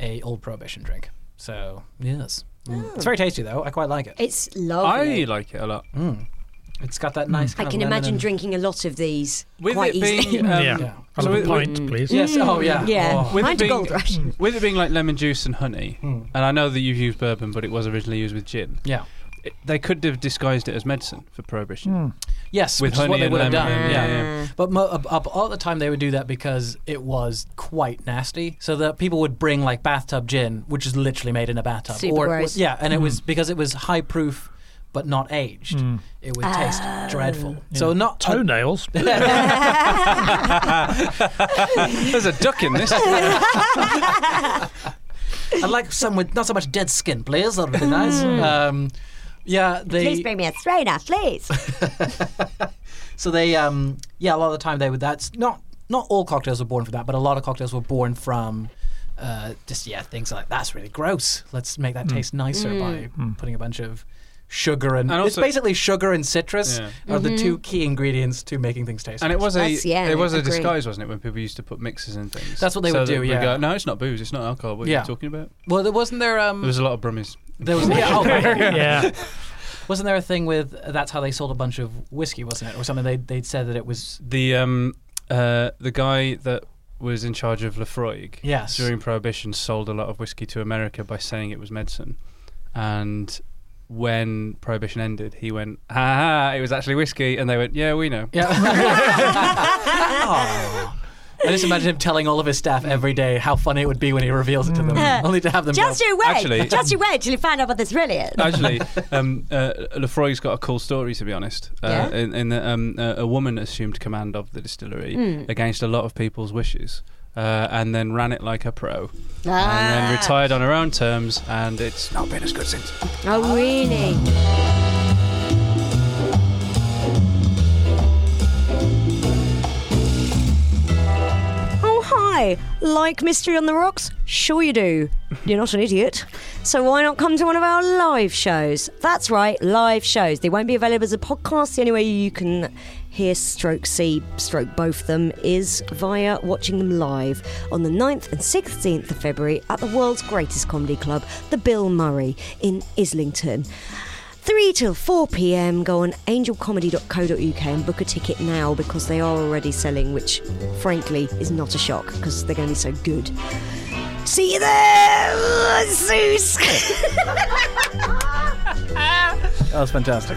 Speaker 1: a old prohibition drink. So yes,
Speaker 3: Oh.
Speaker 1: Mm. it's very tasty though. I quite like it.
Speaker 3: it's
Speaker 2: I
Speaker 3: lovely.
Speaker 2: like it a lot.
Speaker 1: Hmm. It's got that nice.
Speaker 3: I
Speaker 1: Kind of
Speaker 3: can
Speaker 1: lemon
Speaker 3: imagine
Speaker 1: and-
Speaker 3: drinking a lot of these
Speaker 2: With
Speaker 3: quite
Speaker 2: it
Speaker 3: easily.
Speaker 2: being, um,
Speaker 4: yeah. I'll
Speaker 2: So
Speaker 4: have
Speaker 2: it-
Speaker 4: a pint, please.
Speaker 1: Yes. Oh yeah.
Speaker 3: Mm. yeah.
Speaker 1: Oh.
Speaker 2: With
Speaker 3: Mine's
Speaker 2: it being,
Speaker 3: Gold Rush.
Speaker 2: with it being like lemon juice and honey, and I know that you've used bourbon, but it was originally used with gin.
Speaker 1: Hmm. yeah.
Speaker 2: It, they could have disguised it as medicine for prohibition.
Speaker 1: Hmm. Yes,
Speaker 2: With
Speaker 1: which is what
Speaker 2: honey
Speaker 1: they
Speaker 2: and
Speaker 1: would have done.
Speaker 2: lemon.
Speaker 1: Yeah,
Speaker 2: Yeah,
Speaker 1: yeah.
Speaker 3: Mm.
Speaker 1: But mo- up, up all the time they would do that because it was quite nasty. So that people would bring like bathtub gin, which is literally made in a bathtub.
Speaker 3: Super
Speaker 1: or
Speaker 3: gross.
Speaker 1: yeah,
Speaker 2: Mm.
Speaker 1: and it was because it was high proof but not aged. It would taste
Speaker 3: Oh.
Speaker 1: dreadful. So not uh,
Speaker 4: Toenails.
Speaker 2: There's a duck in this.
Speaker 1: I like some with not so much dead skin, please. That would be nice.
Speaker 3: Mm.
Speaker 1: Um, yeah, they
Speaker 3: Please bring me a strainer, please.
Speaker 1: So they, um, yeah, a lot of the time they would. That's not not all cocktails were born from that, but a lot of cocktails were born from uh, just yeah things like that's really gross. Let's make
Speaker 2: Mm.
Speaker 1: that taste nicer by putting a bunch of sugar and,
Speaker 2: And
Speaker 1: it's
Speaker 2: also-
Speaker 1: basically sugar and citrus
Speaker 2: Yeah.
Speaker 1: are the two key ingredients to making things taste.
Speaker 2: And it
Speaker 1: nice.
Speaker 2: was a
Speaker 3: That's- yeah,
Speaker 2: it was a
Speaker 3: agree.
Speaker 2: disguise, wasn't it? When people used to put mixes in things.
Speaker 1: That's what they
Speaker 2: So
Speaker 1: would
Speaker 2: that
Speaker 1: do,
Speaker 2: we
Speaker 1: yeah.
Speaker 2: Go, no, it's not booze. It's not alcohol. What
Speaker 1: Yeah.
Speaker 2: are you talking about?
Speaker 1: well, there wasn't there um
Speaker 2: There was a lot of brummies.
Speaker 1: there was yeah, oh, right.
Speaker 4: yeah.
Speaker 1: wasn't there a thing with that's how they sold a bunch of whiskey, wasn't it, or something? They they'd said that it was
Speaker 2: the um uh the guy that was in charge of Lafroig
Speaker 1: Yes.
Speaker 2: during Prohibition sold a lot of whiskey to America by saying it was medicine, and when Prohibition ended, he went, "Ha ha! It was actually whiskey," and they went, "Yeah, we know."
Speaker 1: Yeah. I just imagine him telling all of his staff every day how funny it would be when he reveals it to them, only to have them
Speaker 3: Mm. Just
Speaker 1: go,
Speaker 3: you wait.
Speaker 2: Actually-
Speaker 3: just you wait till you find out what this really is.
Speaker 2: Actually, um, uh, Lefroy's got a cool story to be honest. Uh,
Speaker 3: Yeah?
Speaker 2: In, in that um, uh, a woman assumed command of the distillery against a lot of people's wishes, uh, and then ran it like a pro, and then
Speaker 3: Ah.
Speaker 2: retired on her own terms. And it's not been as good since.
Speaker 3: Oh, really? Oh, hi. Like Mystery on the Rocks? Sure you do. You're not an idiot. So why not come to one of our live shows? That's right, live shows. They won't be available as a podcast. The only way you can hear stroke see stroke both them is via watching them live on the 9th and 16th of February at the world's greatest comedy club, the Bill Murray in Islington. 3 till 4 pm. Go on angelcomedy.co.uk and book a ticket now because they are already selling, which frankly is not a shock because they're going to be so good. See you there, Zeus!
Speaker 1: That was fantastic.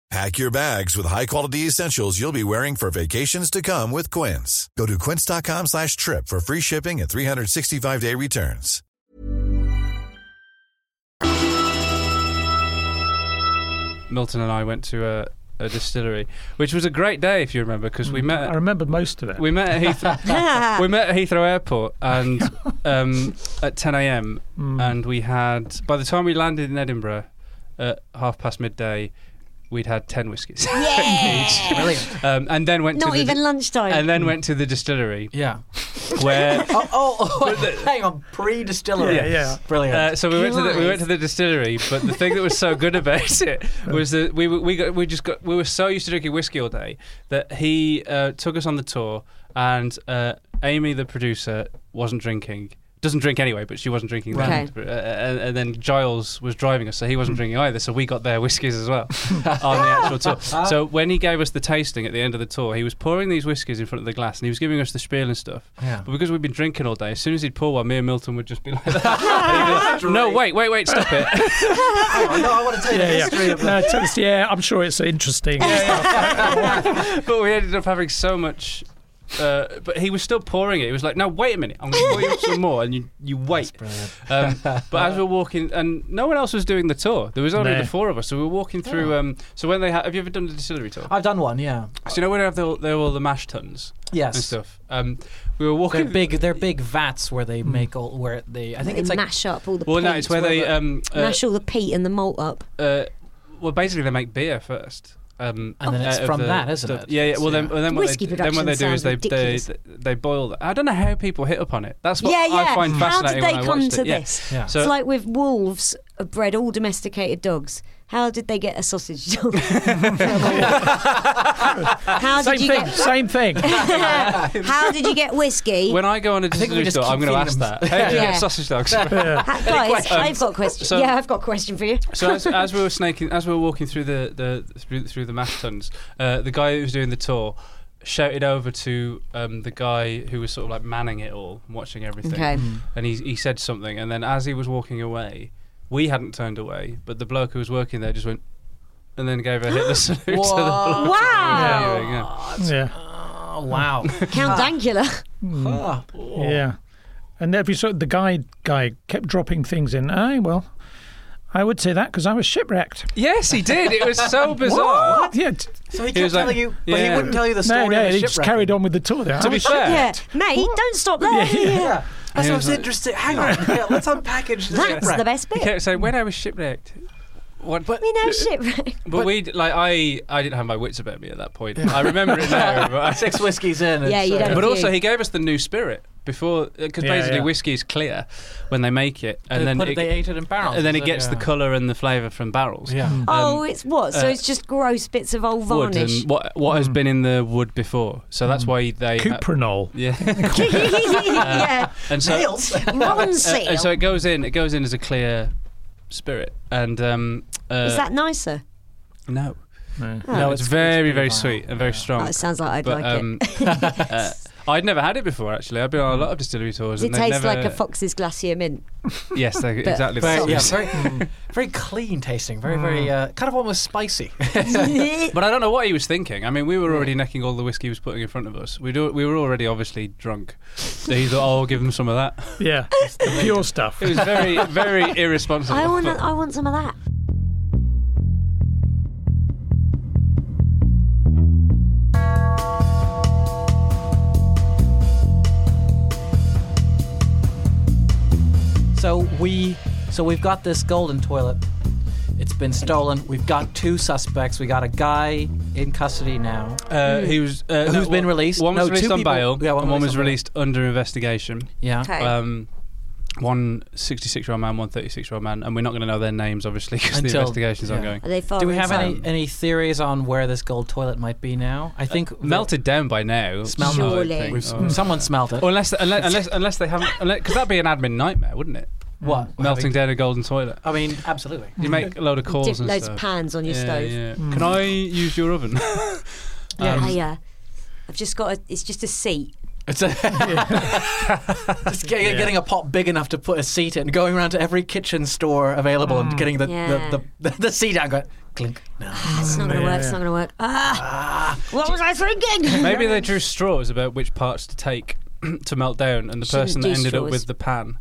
Speaker 5: Pack your bags with high-quality essentials you'll be wearing for vacations to come with Quince. Go to quince.com slash trip for free shipping and 365-day returns.
Speaker 2: Milton and I went to a, a distillery, which was a great day if you remember, because we met.
Speaker 4: I remembered most of it.
Speaker 2: Uh, we met at Heathrow. we met at Heathrow Airport and um, at 10 a.m. and we had by the time we landed in Edinburgh at half past midday, we'd had 10 whiskies each. Brilliant. Um, and then went to
Speaker 3: Not
Speaker 2: the
Speaker 3: even lunchtime.
Speaker 2: and then went to the distillery
Speaker 1: Yeah.
Speaker 2: where
Speaker 1: Oh, oh, oh hang on. Pre distillery.
Speaker 4: Yeah, yeah.
Speaker 1: Brilliant.
Speaker 2: Uh, so we went to the, we
Speaker 3: Guys.
Speaker 2: went to the distillery, but the thing that was so good about it was that we were- we got, we just got we were so used to drinking whiskey all day that he uh, took us on the tour, and uh, Amy, the producer, wasn't drinking. Doesn't drink anyway, but she wasn't drinking then.
Speaker 3: Okay.
Speaker 2: Uh, and, and then Giles was driving us, so he wasn't drinking either. So we got their whiskies as well on the actual tour. So when he gave us the tasting at the end of the tour, he was pouring these whiskies in front of the glass and he was giving us the spiel and stuff.
Speaker 1: Yeah.
Speaker 2: But because we'd been drinking all day, as soon as he'd pour one, me and Milton would just be like, no, wait, wait, wait, stop it.
Speaker 1: no, I want to tell you the history of
Speaker 4: No, tell us- yeah, I'm sure it's interesting.
Speaker 2: but we ended up having so much. Uh, but he was still pouring it. He was like, "Now wait a minute, I'm going to pour you some more," and you you wait. Um, but as we were walking, and no one else was doing the tour. There was only
Speaker 4: No.
Speaker 2: the four of us, so we were walking
Speaker 1: Oh.
Speaker 2: through. Um, so when they ha- have you ever done the distillery tour?
Speaker 1: I've done one, yeah.
Speaker 2: so you know when they have the, they have all the mash tuns and
Speaker 1: Yes.
Speaker 2: stuff. Um, we were
Speaker 1: They're
Speaker 2: walking
Speaker 1: big. They're big vats where
Speaker 2: Hmm.
Speaker 1: they make all where they. I think
Speaker 3: They
Speaker 1: it's like
Speaker 3: mash up all the
Speaker 2: Well,
Speaker 3: peat,
Speaker 2: no, it's where they
Speaker 1: where the-
Speaker 2: um uh,
Speaker 3: mash all the peat and the malt up.
Speaker 2: uh, well basically they make beer first. Um,
Speaker 1: And then it's
Speaker 2: out of
Speaker 1: from
Speaker 2: the
Speaker 1: that, isn't
Speaker 2: stuff.
Speaker 1: it?
Speaker 2: Yeah, yeah. Well, then,
Speaker 1: Yeah.
Speaker 2: well, then, what they,
Speaker 3: Whiskey
Speaker 2: do- then what they do
Speaker 3: production
Speaker 2: is they,
Speaker 3: sounds
Speaker 2: they
Speaker 3: ridiculous.
Speaker 2: they boil. The, I don't know how people hit upon it. That's what
Speaker 3: yeah, yeah.
Speaker 2: I find
Speaker 3: How
Speaker 2: fascinating.
Speaker 3: did they
Speaker 2: when I
Speaker 3: come
Speaker 2: watched
Speaker 3: to
Speaker 2: it. Yeah.
Speaker 3: this?
Speaker 1: Yeah.
Speaker 2: So
Speaker 3: it's like with wolves uh, bred all domesticated dogs. How did they get a sausage dog? How
Speaker 4: Same
Speaker 3: did you
Speaker 4: thing,
Speaker 3: get?
Speaker 4: same thing.
Speaker 3: How did you get whiskey?
Speaker 2: when I go on a
Speaker 1: think we
Speaker 2: distillery
Speaker 1: just
Speaker 2: store, I'm
Speaker 1: keep
Speaker 2: going to ask
Speaker 1: feeding them.
Speaker 2: that. How do you
Speaker 3: Yeah.
Speaker 2: get sausage dogs?
Speaker 3: Ha- guys,
Speaker 2: questions?
Speaker 3: I've got a question.
Speaker 2: So-
Speaker 3: yeah, I've got a question for you.
Speaker 2: So as, as we were snaking, as we were walking through the, the through, through the mash tuns, uh, the guy who was doing the tour shouted over to um, the guy who was sort of like manning it all, and watching everything,
Speaker 3: Okay. Mm.
Speaker 2: and he he said something, and then as he was walking away, we hadn't turned away, but the bloke who was working there just went. And then gave a Hitler salute to the bloke.
Speaker 3: Wow.
Speaker 2: Anyway, yeah.
Speaker 4: Yeah,
Speaker 1: oh wow.
Speaker 3: Count Dankula.
Speaker 1: Ah.
Speaker 4: yeah. And every sort the guide guy kept dropping things in. Aye, well, I would say that because I was shipwrecked.
Speaker 2: Yes, he did. It was so bizarre.
Speaker 4: Yeah, t-
Speaker 1: So he
Speaker 2: He
Speaker 1: kept
Speaker 2: was like-
Speaker 1: telling you, but he
Speaker 2: yeah.
Speaker 1: wouldn't tell you the story.
Speaker 4: no, no,
Speaker 1: of the
Speaker 4: he just
Speaker 1: shipwreck.
Speaker 4: carried on with the tour there.
Speaker 2: To
Speaker 4: I
Speaker 2: be
Speaker 4: was
Speaker 2: fair,
Speaker 3: Yeah, mate, don't stop there.
Speaker 1: Yeah. That's
Speaker 2: Yeah,
Speaker 1: what I was
Speaker 2: like-
Speaker 1: interested. Hang on. Yeah, let's unpackage this.
Speaker 3: That's
Speaker 1: shipwreck.
Speaker 3: the best
Speaker 2: he
Speaker 3: bit.
Speaker 2: kept saying, "When I was shipwrecked, what?" But
Speaker 3: We know shipwreck.
Speaker 2: But we like I I didn't have my wits about me at that point. I remember it now. But,
Speaker 1: Six whiskeys in.
Speaker 3: Yeah,
Speaker 1: it's,
Speaker 3: you
Speaker 1: uh,
Speaker 3: don't-
Speaker 2: but also
Speaker 3: you.
Speaker 2: he gave us the new spirit before because
Speaker 4: Yeah,
Speaker 2: basically
Speaker 4: yeah.
Speaker 2: whiskey is clear when they make it, and
Speaker 1: They
Speaker 2: then
Speaker 1: put it-
Speaker 2: it,
Speaker 1: they age it in barrels,
Speaker 2: and then
Speaker 1: is
Speaker 2: it
Speaker 1: it?
Speaker 2: gets the
Speaker 1: Yeah.
Speaker 2: color and the flavor from barrels.
Speaker 1: Yeah.
Speaker 2: Um,
Speaker 3: oh, it's what? So
Speaker 2: uh,
Speaker 3: it's just gross bits of old
Speaker 2: wood
Speaker 3: varnish.
Speaker 2: and what what has been in the wood before. So that's why they. ha-
Speaker 4: Cuprinol.
Speaker 2: yeah,
Speaker 3: yeah.
Speaker 2: and so
Speaker 1: Nails.
Speaker 3: Ron
Speaker 2: uh,
Speaker 3: seal.
Speaker 2: and so it goes in. It goes in as a clear spirit, and um, uh,
Speaker 3: Is that nicer?
Speaker 2: no,
Speaker 4: No.
Speaker 2: no, it's, very
Speaker 1: pretty
Speaker 2: very
Speaker 1: vile.
Speaker 2: sweet and very strong.
Speaker 3: Oh, it sounds like I'd
Speaker 2: But
Speaker 3: like
Speaker 2: um, uh, I'd never had it before. Actually, I've been on a lot of distillery tours.
Speaker 3: it. It
Speaker 2: and
Speaker 3: tastes
Speaker 2: they've never,
Speaker 3: like a fox's glacier mint.
Speaker 2: Yes, they
Speaker 3: but
Speaker 2: exactly. the
Speaker 1: Very,
Speaker 2: same.
Speaker 1: yeah, very, very clean tasting. Very, very uh, kind of almost spicy.
Speaker 2: But I don't know what he was thinking. I mean, we were already necking all the whiskey he was putting in front of us. We do, we were already obviously drunk. So he thought, "Oh, I'll give him some of that."
Speaker 4: Yeah, the pure stuff.
Speaker 2: It was very very irresponsible.
Speaker 3: I want,
Speaker 2: but-
Speaker 3: I want some of that.
Speaker 1: so we, so we've got this golden toilet. It's been stolen. We've got two suspects. We got a guy in custody now.
Speaker 2: Uh, he was uh,
Speaker 1: Hmm. Who's been
Speaker 2: one-
Speaker 1: released?
Speaker 2: One was
Speaker 1: No, two
Speaker 2: released on
Speaker 1: people-
Speaker 2: bail.
Speaker 1: yeah, one
Speaker 2: and one
Speaker 1: released
Speaker 2: was
Speaker 1: on bail.
Speaker 2: released under investigation.
Speaker 1: Yeah.
Speaker 3: Okay.
Speaker 2: Um, one 66 year old man, one 36 year old man, and we're not going to know their names obviously because the
Speaker 1: Until-
Speaker 2: investigation's
Speaker 1: yeah.
Speaker 2: ongoing.
Speaker 3: Are they far
Speaker 1: Do we
Speaker 3: in
Speaker 1: have any
Speaker 3: time?
Speaker 1: any theories on where this gold toilet might be now? I think the-
Speaker 2: Melted down by now.
Speaker 1: Smell
Speaker 2: so I
Speaker 3: Surely.
Speaker 2: think.
Speaker 3: We've-
Speaker 2: Oh.
Speaker 1: Someone smelled it.
Speaker 2: Unless, unless, unless, unless they haven't, because that'd be an admin nightmare, wouldn't it?
Speaker 1: What?
Speaker 2: Melting down a golden toilet.
Speaker 1: I mean, absolutely.
Speaker 2: You make a load of calls
Speaker 3: Dip
Speaker 2: and
Speaker 3: loads
Speaker 2: stuff.
Speaker 3: of pans on your
Speaker 2: yeah,
Speaker 3: stove.
Speaker 2: yeah.
Speaker 4: Mm.
Speaker 2: Can I use your oven?
Speaker 3: Yeah, I, uh, I've just got. A, it's just a seat.
Speaker 1: It's a just get, getting a pot big enough to put a seat in, going around to every kitchen store available and getting the,
Speaker 3: Yeah.
Speaker 1: the, the, the, seat out. Going, clink. No.
Speaker 3: It's not gonna work. It's not gonna work. Ah, what was I thinking?
Speaker 2: Maybe they drew straws about which parts to take to melt down, and the
Speaker 3: Shouldn't
Speaker 2: person
Speaker 3: do
Speaker 2: that ended up
Speaker 3: straws.
Speaker 2: with the pan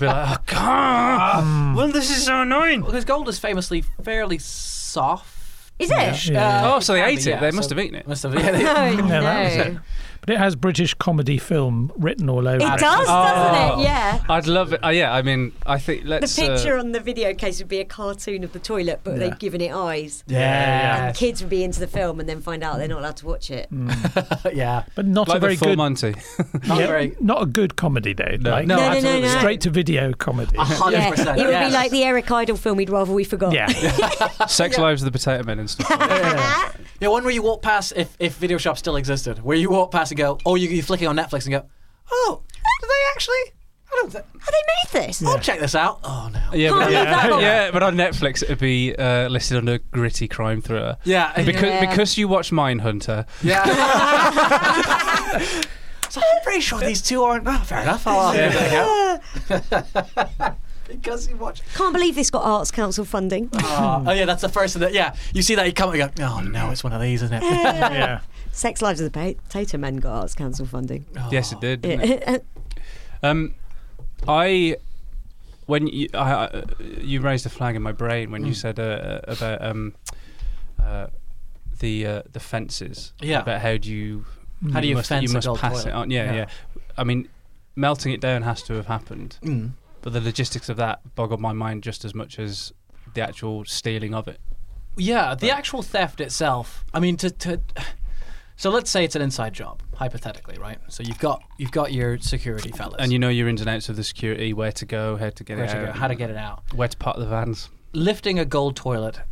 Speaker 2: be like, oh,
Speaker 4: Ah.
Speaker 3: Mm.
Speaker 2: God, well, this is so annoying.
Speaker 1: Because gold is famously fairly soft.
Speaker 3: Is it?
Speaker 4: Yeah.
Speaker 2: oh, so they
Speaker 1: Yeah, Uh,
Speaker 2: ate it.
Speaker 1: yeah,
Speaker 2: They
Speaker 1: so-
Speaker 2: must have eaten it.
Speaker 1: Must have, yeah, they-
Speaker 4: Yeah, that was it. But it has British comedy film written all over
Speaker 3: It does, doesn't
Speaker 2: Oh.
Speaker 3: it? Yeah.
Speaker 2: I'd love it. Uh, yeah, I mean, I think
Speaker 3: The
Speaker 2: let's.
Speaker 3: picture
Speaker 2: uh,
Speaker 3: on the video case would be a cartoon of the toilet, but they've given it eyes.
Speaker 1: yeah,
Speaker 3: And kids would be into the film and then find out they're not allowed to watch it.
Speaker 1: yeah, yeah.
Speaker 4: But not
Speaker 2: like
Speaker 4: a very
Speaker 2: the full
Speaker 4: good,
Speaker 2: Monty.
Speaker 1: Not
Speaker 4: yeah,
Speaker 1: very.
Speaker 4: not a good comedy though. Like,
Speaker 2: No,
Speaker 3: no, no, no,
Speaker 2: absolutely.
Speaker 3: no.
Speaker 4: straight to video comedy.
Speaker 1: Hundred
Speaker 3: Yeah,
Speaker 1: percent.
Speaker 3: it would
Speaker 1: yes.
Speaker 3: be like the Eric Idle film. We'd rather we forgot.
Speaker 4: yeah,
Speaker 2: Sex Lives of the Potato Men and stuff.
Speaker 1: yeah, one where you walk past if if video shops still existed, where you walk past and go, oh, you you flick it on Netflix and go, oh, do they actually? I don't. Th-
Speaker 3: Have they made this?
Speaker 1: I'll check this out. Oh no.
Speaker 2: Yeah,
Speaker 3: Can't
Speaker 2: but,
Speaker 3: leave that
Speaker 2: yeah.
Speaker 3: one.
Speaker 2: yeah, but on Netflix it'd be uh, listed under gritty crime thriller.
Speaker 1: Yeah, and-
Speaker 2: because
Speaker 3: Yeah.
Speaker 2: because you watch Mindhunter.
Speaker 1: Yeah. so I'm pretty sure these two aren't. Oh, fair enough. I'll yeah. give it a go. because you watch.
Speaker 3: Can't believe this got Arts Council funding.
Speaker 1: Oh, oh, yeah, that's the first thing that. Yeah, you see that you come and you go. Oh no, it's one of these, isn't it?
Speaker 4: yeah.
Speaker 3: Sex Lives of the Potato Men got Arts Council funding.
Speaker 2: Yes, it did. Didn't it?
Speaker 3: Yeah.
Speaker 2: Um, I when you I, I- you raised a flag in my brain
Speaker 1: Mm.
Speaker 2: when you said uh, uh, about um, uh, the uh, the fences.
Speaker 1: Yeah.
Speaker 2: About how do you
Speaker 1: How do you
Speaker 2: must,
Speaker 1: fence
Speaker 2: you
Speaker 1: a
Speaker 2: must
Speaker 1: gold
Speaker 2: pass
Speaker 1: toilet?
Speaker 2: it on? Yeah,
Speaker 1: Yeah.
Speaker 2: yeah, I mean, melting it down has to have happened,
Speaker 1: Mm.
Speaker 2: but the logistics of that boggled my mind just as much as the actual stealing of it.
Speaker 1: Yeah, the actual theft itself. I mean, to, to so let's say it's an inside job, hypothetically, right? So you've got you've got your security fellas,
Speaker 2: And you know your ins and outs of the security, where to go, how to get
Speaker 1: Where
Speaker 2: it
Speaker 1: to
Speaker 2: out,
Speaker 1: go, how to get it out.
Speaker 2: where to park the vans.
Speaker 1: Lifting a gold toilet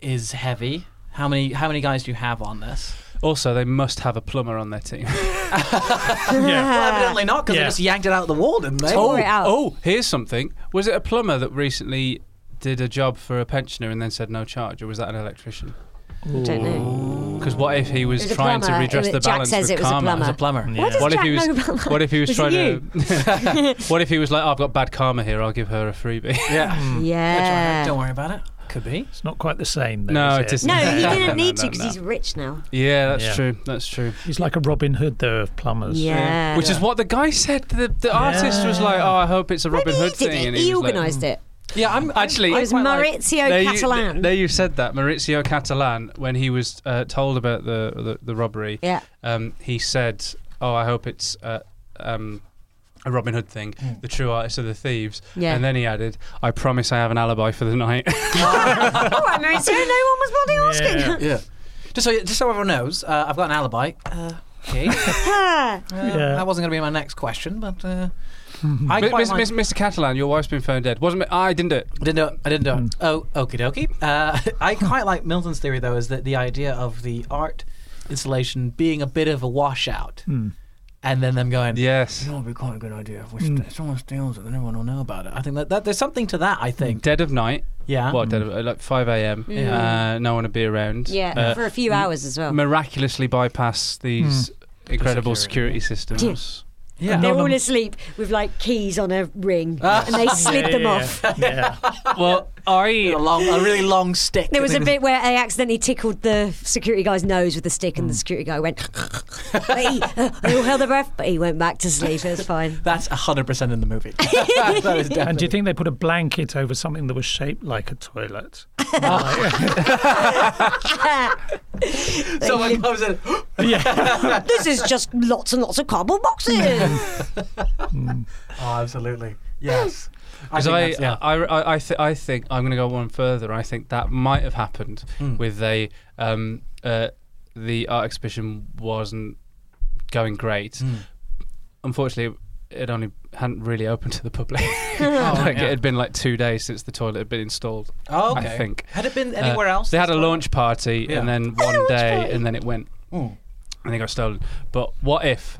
Speaker 1: is heavy. How many how many guys do you have on this?
Speaker 2: Also, they must have a plumber on their team.
Speaker 1: Well, evidently not, because
Speaker 4: Yeah.
Speaker 1: they just yanked Uh, it out of the wall, didn't they?
Speaker 3: Tore it out.
Speaker 2: Oh, here's something. Was it a plumber that recently did a job for a pensioner and then said no charge, or was that an electrician?
Speaker 3: I don't know.
Speaker 2: Because what if he was,
Speaker 3: It was a
Speaker 2: trying
Speaker 3: plumber.
Speaker 2: to redress
Speaker 3: It
Speaker 2: the
Speaker 3: was- Jack
Speaker 2: balance
Speaker 3: says
Speaker 2: with
Speaker 3: it was a
Speaker 2: karma?
Speaker 3: plumber.
Speaker 1: As a plumber.
Speaker 3: What does
Speaker 2: What if
Speaker 3: Jack
Speaker 2: he was?
Speaker 3: know about that?
Speaker 2: What if he was,
Speaker 3: Was it
Speaker 2: trying to? what if he was like, "I've got bad karma here. I'll give her a freebie."
Speaker 1: Yeah.
Speaker 3: Yeah.
Speaker 1: Don't worry about it. Could be.
Speaker 4: It's not quite the same. Though,
Speaker 2: No,
Speaker 4: is
Speaker 2: it isn't.
Speaker 3: No, he
Speaker 2: No,
Speaker 3: didn't need
Speaker 2: no,
Speaker 3: to because
Speaker 2: no.
Speaker 3: he's rich now.
Speaker 2: Yeah, that's
Speaker 4: Yeah.
Speaker 2: true. That's true.
Speaker 4: He's like a Robin Hood though of plumbers.
Speaker 3: Yeah.
Speaker 2: Which is what the guy said. The, the artist was like, "Oh, I hope it's a Robin
Speaker 3: Maybe he
Speaker 2: Hood
Speaker 3: did
Speaker 2: thing."
Speaker 3: it.
Speaker 2: and
Speaker 3: He
Speaker 2: was like,
Speaker 3: organised it.
Speaker 1: Yeah, I'm
Speaker 2: Actually,
Speaker 1: I,
Speaker 3: It was
Speaker 1: quite like-
Speaker 3: Maurizio
Speaker 2: There
Speaker 3: Catalan.
Speaker 2: You, there you said that Maurizio Catalan when he was uh, told about the the, the robbery.
Speaker 3: Yeah.
Speaker 2: Um, he said, "Oh, I hope it's uh, um, a Robin Hood thing,
Speaker 1: Hmm.
Speaker 2: the true artist of the thieves."
Speaker 3: Yeah.
Speaker 2: And then he added, "I promise I have an alibi for the night."
Speaker 3: All right, Mary Sue, no one was bloody asking.
Speaker 4: Yeah.
Speaker 1: Yeah. Just so just so everyone knows, uh, I've got an alibi. Uh, okay. Uh,
Speaker 3: Ah,
Speaker 1: That wasn't going to be my next question, but uh, I
Speaker 2: Miss-
Speaker 1: quite
Speaker 2: Miss-
Speaker 1: like-
Speaker 2: Miss- Mr. Catalan, your wife's been found dead. Wasn't it? I didn't do it.
Speaker 1: I didn't do it. I didn't do it. Oh, okie dokie. Uh, I quite like Milton's theory, though, is that the idea of the art installation being a bit of a washout and then them going,
Speaker 2: Yes.
Speaker 1: You know, it'd be quite a good idea if, we st- if someone steals it, then everyone will know about it. I think that, that there's something to that, I think.
Speaker 2: Dead of night.
Speaker 1: Yeah.
Speaker 2: What? Dead of, uh, like 5 a.m. Uh, no one would be around.
Speaker 3: yeah,
Speaker 2: Uh,
Speaker 3: for a few hours as well.
Speaker 2: miraculously bypass these incredible security,
Speaker 1: Hmm. security.
Speaker 2: systems.
Speaker 1: Yeah.
Speaker 3: They're all
Speaker 4: Anonym-
Speaker 3: asleep with like keys on a ring,
Speaker 2: Ah.
Speaker 3: and they slid them off.
Speaker 4: Yeah.
Speaker 2: well, I
Speaker 1: A, long, a really long stick.
Speaker 3: There was a bit where they accidentally tickled the security guy's nose with a stick,
Speaker 2: Mm.
Speaker 3: and the security guy went. but he, they all held their breath, but he went back to sleep. It was fine.
Speaker 1: That's 100% in the movie. that is
Speaker 4: And do you
Speaker 1: definitely.
Speaker 4: think they put a blanket over something that was shaped like a toilet?
Speaker 1: Someone comes in.
Speaker 3: this is just lots and lots of cardboard boxes.
Speaker 1: Oh, absolutely. Yes.
Speaker 2: Because
Speaker 1: think
Speaker 2: I, uh,
Speaker 1: that's- yeah.
Speaker 2: I, I, I, th- I think I'm going to go one further. I think that might have happened
Speaker 1: Hmm.
Speaker 2: with a um, uh, the art exhibition wasn't going great.
Speaker 1: Hmm.
Speaker 2: Unfortunately, it only hadn't really opened to the public. like
Speaker 1: Oh, yeah.
Speaker 2: It had been like two days since the toilet had been installed.
Speaker 1: Oh, okay.
Speaker 2: I think
Speaker 1: Had it been
Speaker 2: Uh,
Speaker 1: anywhere else?
Speaker 2: They had a
Speaker 1: This time?
Speaker 2: launch party
Speaker 1: Yeah.
Speaker 2: and then
Speaker 3: Had a
Speaker 2: one
Speaker 3: launch
Speaker 2: day
Speaker 3: party.
Speaker 2: and then it went
Speaker 1: Hmm.
Speaker 2: and they got stolen. But what if,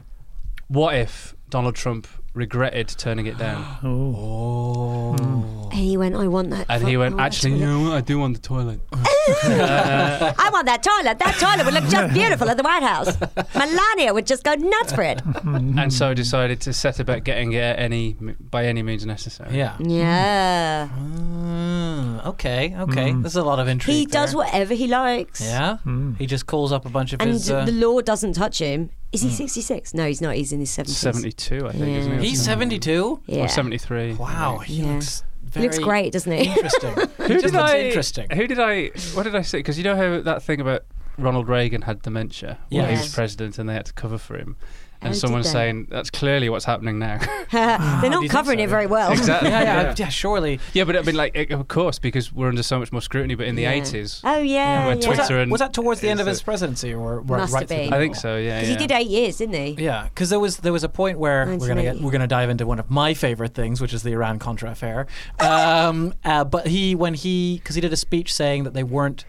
Speaker 2: what if Donald Trump regretted turning it down?
Speaker 1: Oh.
Speaker 2: Hmm,
Speaker 3: And he went, I want that.
Speaker 2: And
Speaker 3: fu-
Speaker 2: he
Speaker 3: I
Speaker 2: went,
Speaker 3: want that
Speaker 2: actually, you
Speaker 3: toilet."
Speaker 2: know what? I do want the toilet.
Speaker 3: I want that toilet. That toilet would look just beautiful at the White House. Melania would just go nuts for it.
Speaker 2: and so decided to set about getting it at any by any means necessary.
Speaker 1: Yeah.
Speaker 3: Yeah.
Speaker 1: Mm, okay. Okay. There's a lot of intrigue.
Speaker 3: He does
Speaker 1: there.
Speaker 3: whatever he likes.
Speaker 1: Yeah. He just calls up a bunch of
Speaker 3: And
Speaker 1: his. Uh,
Speaker 3: the law doesn't touch him. Is he 66? No, he's not. He's in his 70s.
Speaker 2: 72, I think, isn't it?
Speaker 1: he's 72.
Speaker 3: Yeah.
Speaker 2: Or 73.
Speaker 1: Wow. He
Speaker 3: Yeah.
Speaker 1: looks
Speaker 3: He
Speaker 1: very
Speaker 3: looks great, doesn't he?
Speaker 1: Interesting. he just looks interesting.
Speaker 2: Who did I? What did I say? Because you know how that thing about Ronald Reagan had dementia while he was
Speaker 3: Yes.
Speaker 2: president, and they had to cover for him.
Speaker 3: Oh,
Speaker 2: And
Speaker 3: did
Speaker 2: someone's
Speaker 3: they?
Speaker 2: saying that's clearly what's happening now.
Speaker 3: They're not covering it very well.
Speaker 2: exactly.
Speaker 1: yeah, yeah,
Speaker 2: yeah.
Speaker 1: yeah, surely.
Speaker 2: Yeah, but I mean, like, it- of course, because we're under so much more scrutiny. But in the
Speaker 3: Yeah.
Speaker 2: eighties,
Speaker 3: Oh, yeah.
Speaker 2: Where
Speaker 3: yeah.
Speaker 1: Was
Speaker 2: Twitter-
Speaker 1: that,
Speaker 2: and-
Speaker 1: was that towards the end
Speaker 2: is
Speaker 1: of his
Speaker 2: it-
Speaker 1: presidency, or or
Speaker 3: Must
Speaker 1: right through
Speaker 3: have
Speaker 1: the
Speaker 3: been.
Speaker 2: I
Speaker 1: middle?
Speaker 2: think so. Yeah,
Speaker 3: 'Cause
Speaker 2: yeah.
Speaker 3: he did eight years, didn't he?
Speaker 1: Yeah, because there was there was a point where we're gonna get
Speaker 3: 1980.
Speaker 1: we're gonna dive into one of my favorite things, which is the Iran Contra affair. Um, uh, but he when he because he did a speech saying that they weren't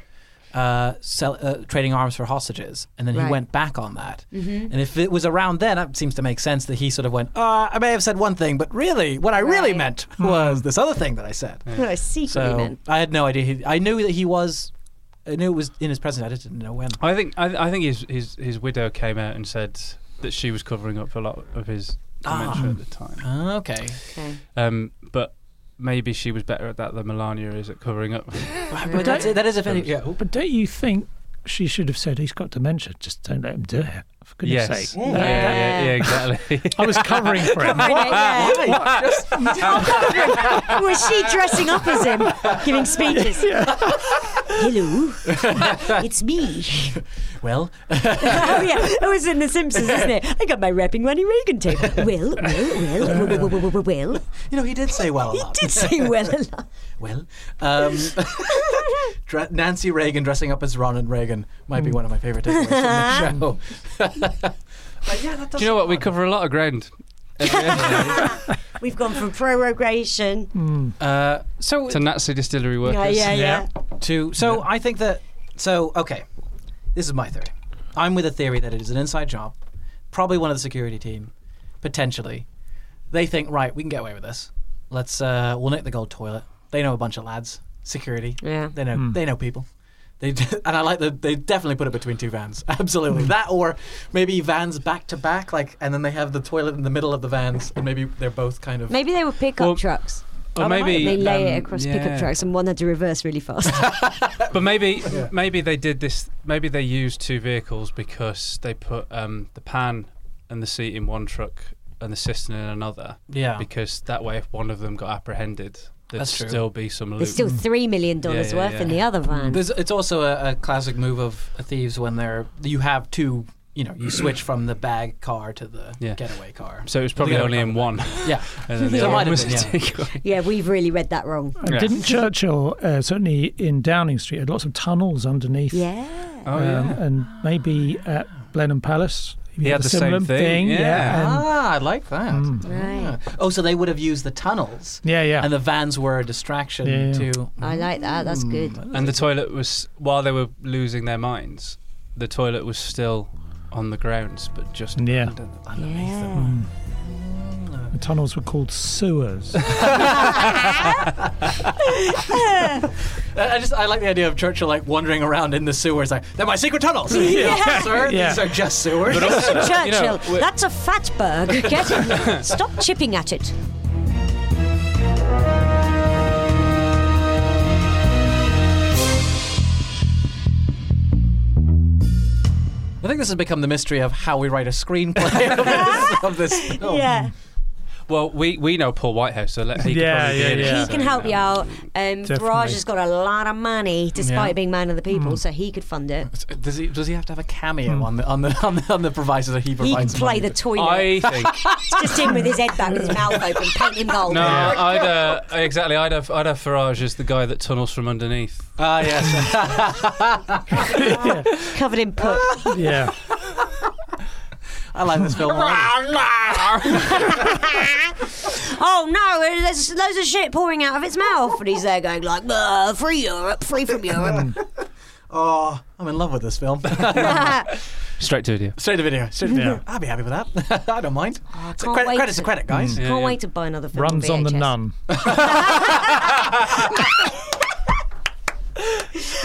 Speaker 1: uh, sell, uh, trading arms for hostages, and then
Speaker 3: Right. Mm-hmm.
Speaker 1: he went back on that. And if it was around then, that seems to make sense that he sort of went, uh, I may have said one thing, but really, what I really
Speaker 3: Right.
Speaker 1: meant was this other thing that I said.
Speaker 3: What I secretly
Speaker 1: So
Speaker 3: meant.
Speaker 1: I had no idea. He, I knew that he was. I knew it was in his presence. I just didn't know when.
Speaker 2: I think I, I think his, his his widow came out and said that she was covering up a lot of his dementia at the time.
Speaker 1: Okay.
Speaker 3: Okay.
Speaker 2: Um, but maybe she was better at that than Melania is at covering up.
Speaker 1: But that's, that is a very. Yeah,
Speaker 4: But don't you think she should have said he's got dementia? Just don't let him do it. For goodness
Speaker 2: yes.
Speaker 4: sake.
Speaker 2: Yeah, yeah, yeah, exactly.
Speaker 4: I was covering for him.
Speaker 3: Covering it, yeah. Was she dressing up as him, giving speeches? Hello, it's me.
Speaker 1: Well,
Speaker 3: Oh yeah, it was in The Simpsons, isn't it? I got my wrapping Ronnie Reagan tape. Well, well, well, well, well, well, well.
Speaker 1: you know, he did say well a lot.
Speaker 3: Did say well a lot.
Speaker 1: Well, um, dre- Nancy Reagan dressing up as Ronald Reagan might be one of my favorite takeaways from the show. but yeah, that does
Speaker 2: Do you know what? We cover a lot of ground. uh,
Speaker 3: We've gone from prorogation.
Speaker 2: Mm,
Speaker 1: uh, so
Speaker 2: To Nazi distillery workers.
Speaker 3: Yeah, yeah, yeah.
Speaker 1: to so I think that so okay, this is my theory. I'm with a theory that it is an inside job, probably one of the security team, potentially. They think right, we can get away with this. Let's uh, we'll nick the gold toilet. They know a bunch of lads, security.
Speaker 3: Yeah.
Speaker 1: they know they know people. They d- and I like that they definitely put it between two vans. Absolutely that, or maybe vans back to back, like, and then they have the toilet in the middle of the vans, and maybe they're both kind of.
Speaker 3: Maybe they were pickup
Speaker 2: Well,
Speaker 3: trucks.
Speaker 2: Or maybe
Speaker 3: They lay
Speaker 2: um,
Speaker 3: it across
Speaker 2: yeah.
Speaker 3: pickup trucks, and one had to reverse really fast.
Speaker 2: But maybe maybe they did this. Maybe they used two vehicles because they put um, the pan and the seat in one truck and the cistern in another.
Speaker 1: Yeah.
Speaker 2: Because that way, if one of them got apprehended, there'd
Speaker 1: That's true.
Speaker 2: still be some loot.
Speaker 3: There's still three million dollars
Speaker 2: Yeah, yeah,
Speaker 3: worth in
Speaker 2: yeah.
Speaker 3: the other van.
Speaker 1: There's, it's also a, a classic move of thieves when they're you have two, you know, you switch from the bag car to the
Speaker 2: Yeah.
Speaker 1: getaway car.
Speaker 2: so it was probably
Speaker 1: Well, the
Speaker 2: only
Speaker 1: other
Speaker 2: in one.
Speaker 1: yeah,
Speaker 2: And then
Speaker 1: So
Speaker 2: the
Speaker 1: it
Speaker 2: other
Speaker 1: might
Speaker 2: one
Speaker 1: have
Speaker 2: was
Speaker 1: been, yeah.
Speaker 2: a takeaway.
Speaker 3: Yeah, we've really read that wrong.
Speaker 4: And Didn't Churchill, uh, certainly in Downing Street, had lots of tunnels underneath.
Speaker 3: Yeah.
Speaker 2: Oh,
Speaker 4: um,
Speaker 2: yeah.
Speaker 4: And maybe at Blenheim Palace.
Speaker 2: He had
Speaker 4: a
Speaker 2: the same
Speaker 4: similar
Speaker 2: thing, yeah.
Speaker 4: Yeah. and-
Speaker 1: ah, I like that.
Speaker 4: Hmm.
Speaker 3: Right.
Speaker 1: Yeah. Oh, so they would have used the tunnels,
Speaker 4: yeah, yeah.
Speaker 1: and the vans were a distraction
Speaker 4: Yeah, yeah.
Speaker 1: to.
Speaker 3: I like that. That's good.
Speaker 2: And the toilet was while they were losing their minds, the toilet was still on the grounds, but just
Speaker 4: Yeah.
Speaker 2: under the-
Speaker 3: Yeah.
Speaker 4: The tunnels were called sewers.
Speaker 1: I I just I like the idea of Churchill like wandering around in the sewers like they're my secret tunnels, You know, sir.
Speaker 4: Yeah.
Speaker 1: These are just sewers.
Speaker 3: Churchill,
Speaker 2: You know, we-
Speaker 3: that's a fatberg. Get him. Stop chipping at it.
Speaker 2: Oh.
Speaker 1: I think this has become the mystery of how we write a screenplay of this, of this film.
Speaker 3: Yeah.
Speaker 2: Well, we, we know Paul Whitehouse, so let, he could
Speaker 4: Yeah,
Speaker 2: probably be
Speaker 4: yeah,
Speaker 2: in it,
Speaker 4: yeah.
Speaker 3: He
Speaker 2: so,
Speaker 3: can help
Speaker 2: yeah.
Speaker 3: you out. Um,
Speaker 4: Definitely.
Speaker 3: Barrage has got a lot of money, despite
Speaker 4: Yeah.
Speaker 3: being man of the people, so he could fund it.
Speaker 1: Does he does he have to have a cameo
Speaker 4: Hmm.
Speaker 1: on the on the on the, on the proviso that he
Speaker 3: He could
Speaker 1: provides?
Speaker 3: play
Speaker 1: money
Speaker 3: the
Speaker 1: to-
Speaker 3: toilet.
Speaker 2: I think
Speaker 3: It's just him with his head back, with his mouth open, paint him gold.
Speaker 2: no, I'd uh, exactly. I'd have I'd have Farage as the guy that tunnels from underneath.
Speaker 1: Ah yes.
Speaker 3: Covered in put.
Speaker 4: Yeah.
Speaker 1: I like this film. already.
Speaker 3: oh no, there's loads of shit pouring out of its mouth, and he's there going like, "Bah, "Free Europe, free from Europe."
Speaker 1: oh, I'm in love with this film.
Speaker 2: Straight to video.
Speaker 1: straight to video. Straight to video. I'd be happy with that. I don't mind. It's a
Speaker 3: Oh, can't
Speaker 1: credit-
Speaker 3: wait
Speaker 1: credit's
Speaker 3: to-
Speaker 1: a credit, guys.
Speaker 3: Can't wait to buy another film.
Speaker 4: Runs on the
Speaker 3: VHS.
Speaker 4: nun.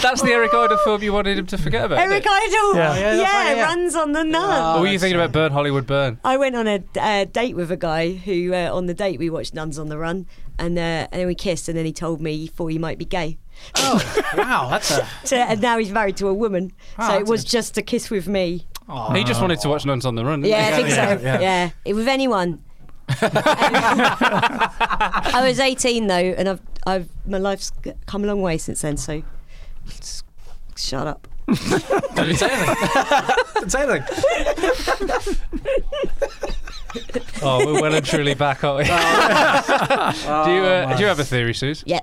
Speaker 2: That's the Eric Idle film you wanted him to forget about. isn't it?
Speaker 3: Eric Idle. Yeah,
Speaker 4: Yeah. Oh, yeah,
Speaker 1: that's right, yeah.
Speaker 3: runs on the nun.
Speaker 2: What were you thinking about Burn Hollywood Burn?
Speaker 3: I went on a uh, date with a guy who, uh, on the date, we watched Nuns on the Run, and uh, and then we kissed, and then he told me he thought he might be gay.
Speaker 1: Wow, that's a.
Speaker 3: So, and now he's married to a woman, so it
Speaker 1: that's
Speaker 3: was just a kiss with me.
Speaker 2: He just wanted to watch Nuns on the Run. didn't
Speaker 3: Yeah,
Speaker 2: he?
Speaker 3: I think so. Yeah, It- with anyone. I was 18 though, and I've I've my life's g- come a long way since then. So, just shut up.
Speaker 1: Didn't say anything. Didn't say anything.
Speaker 2: Oh, we're well and truly back, aren't we? do you uh, do you have a theory, Suze?
Speaker 3: Yeah.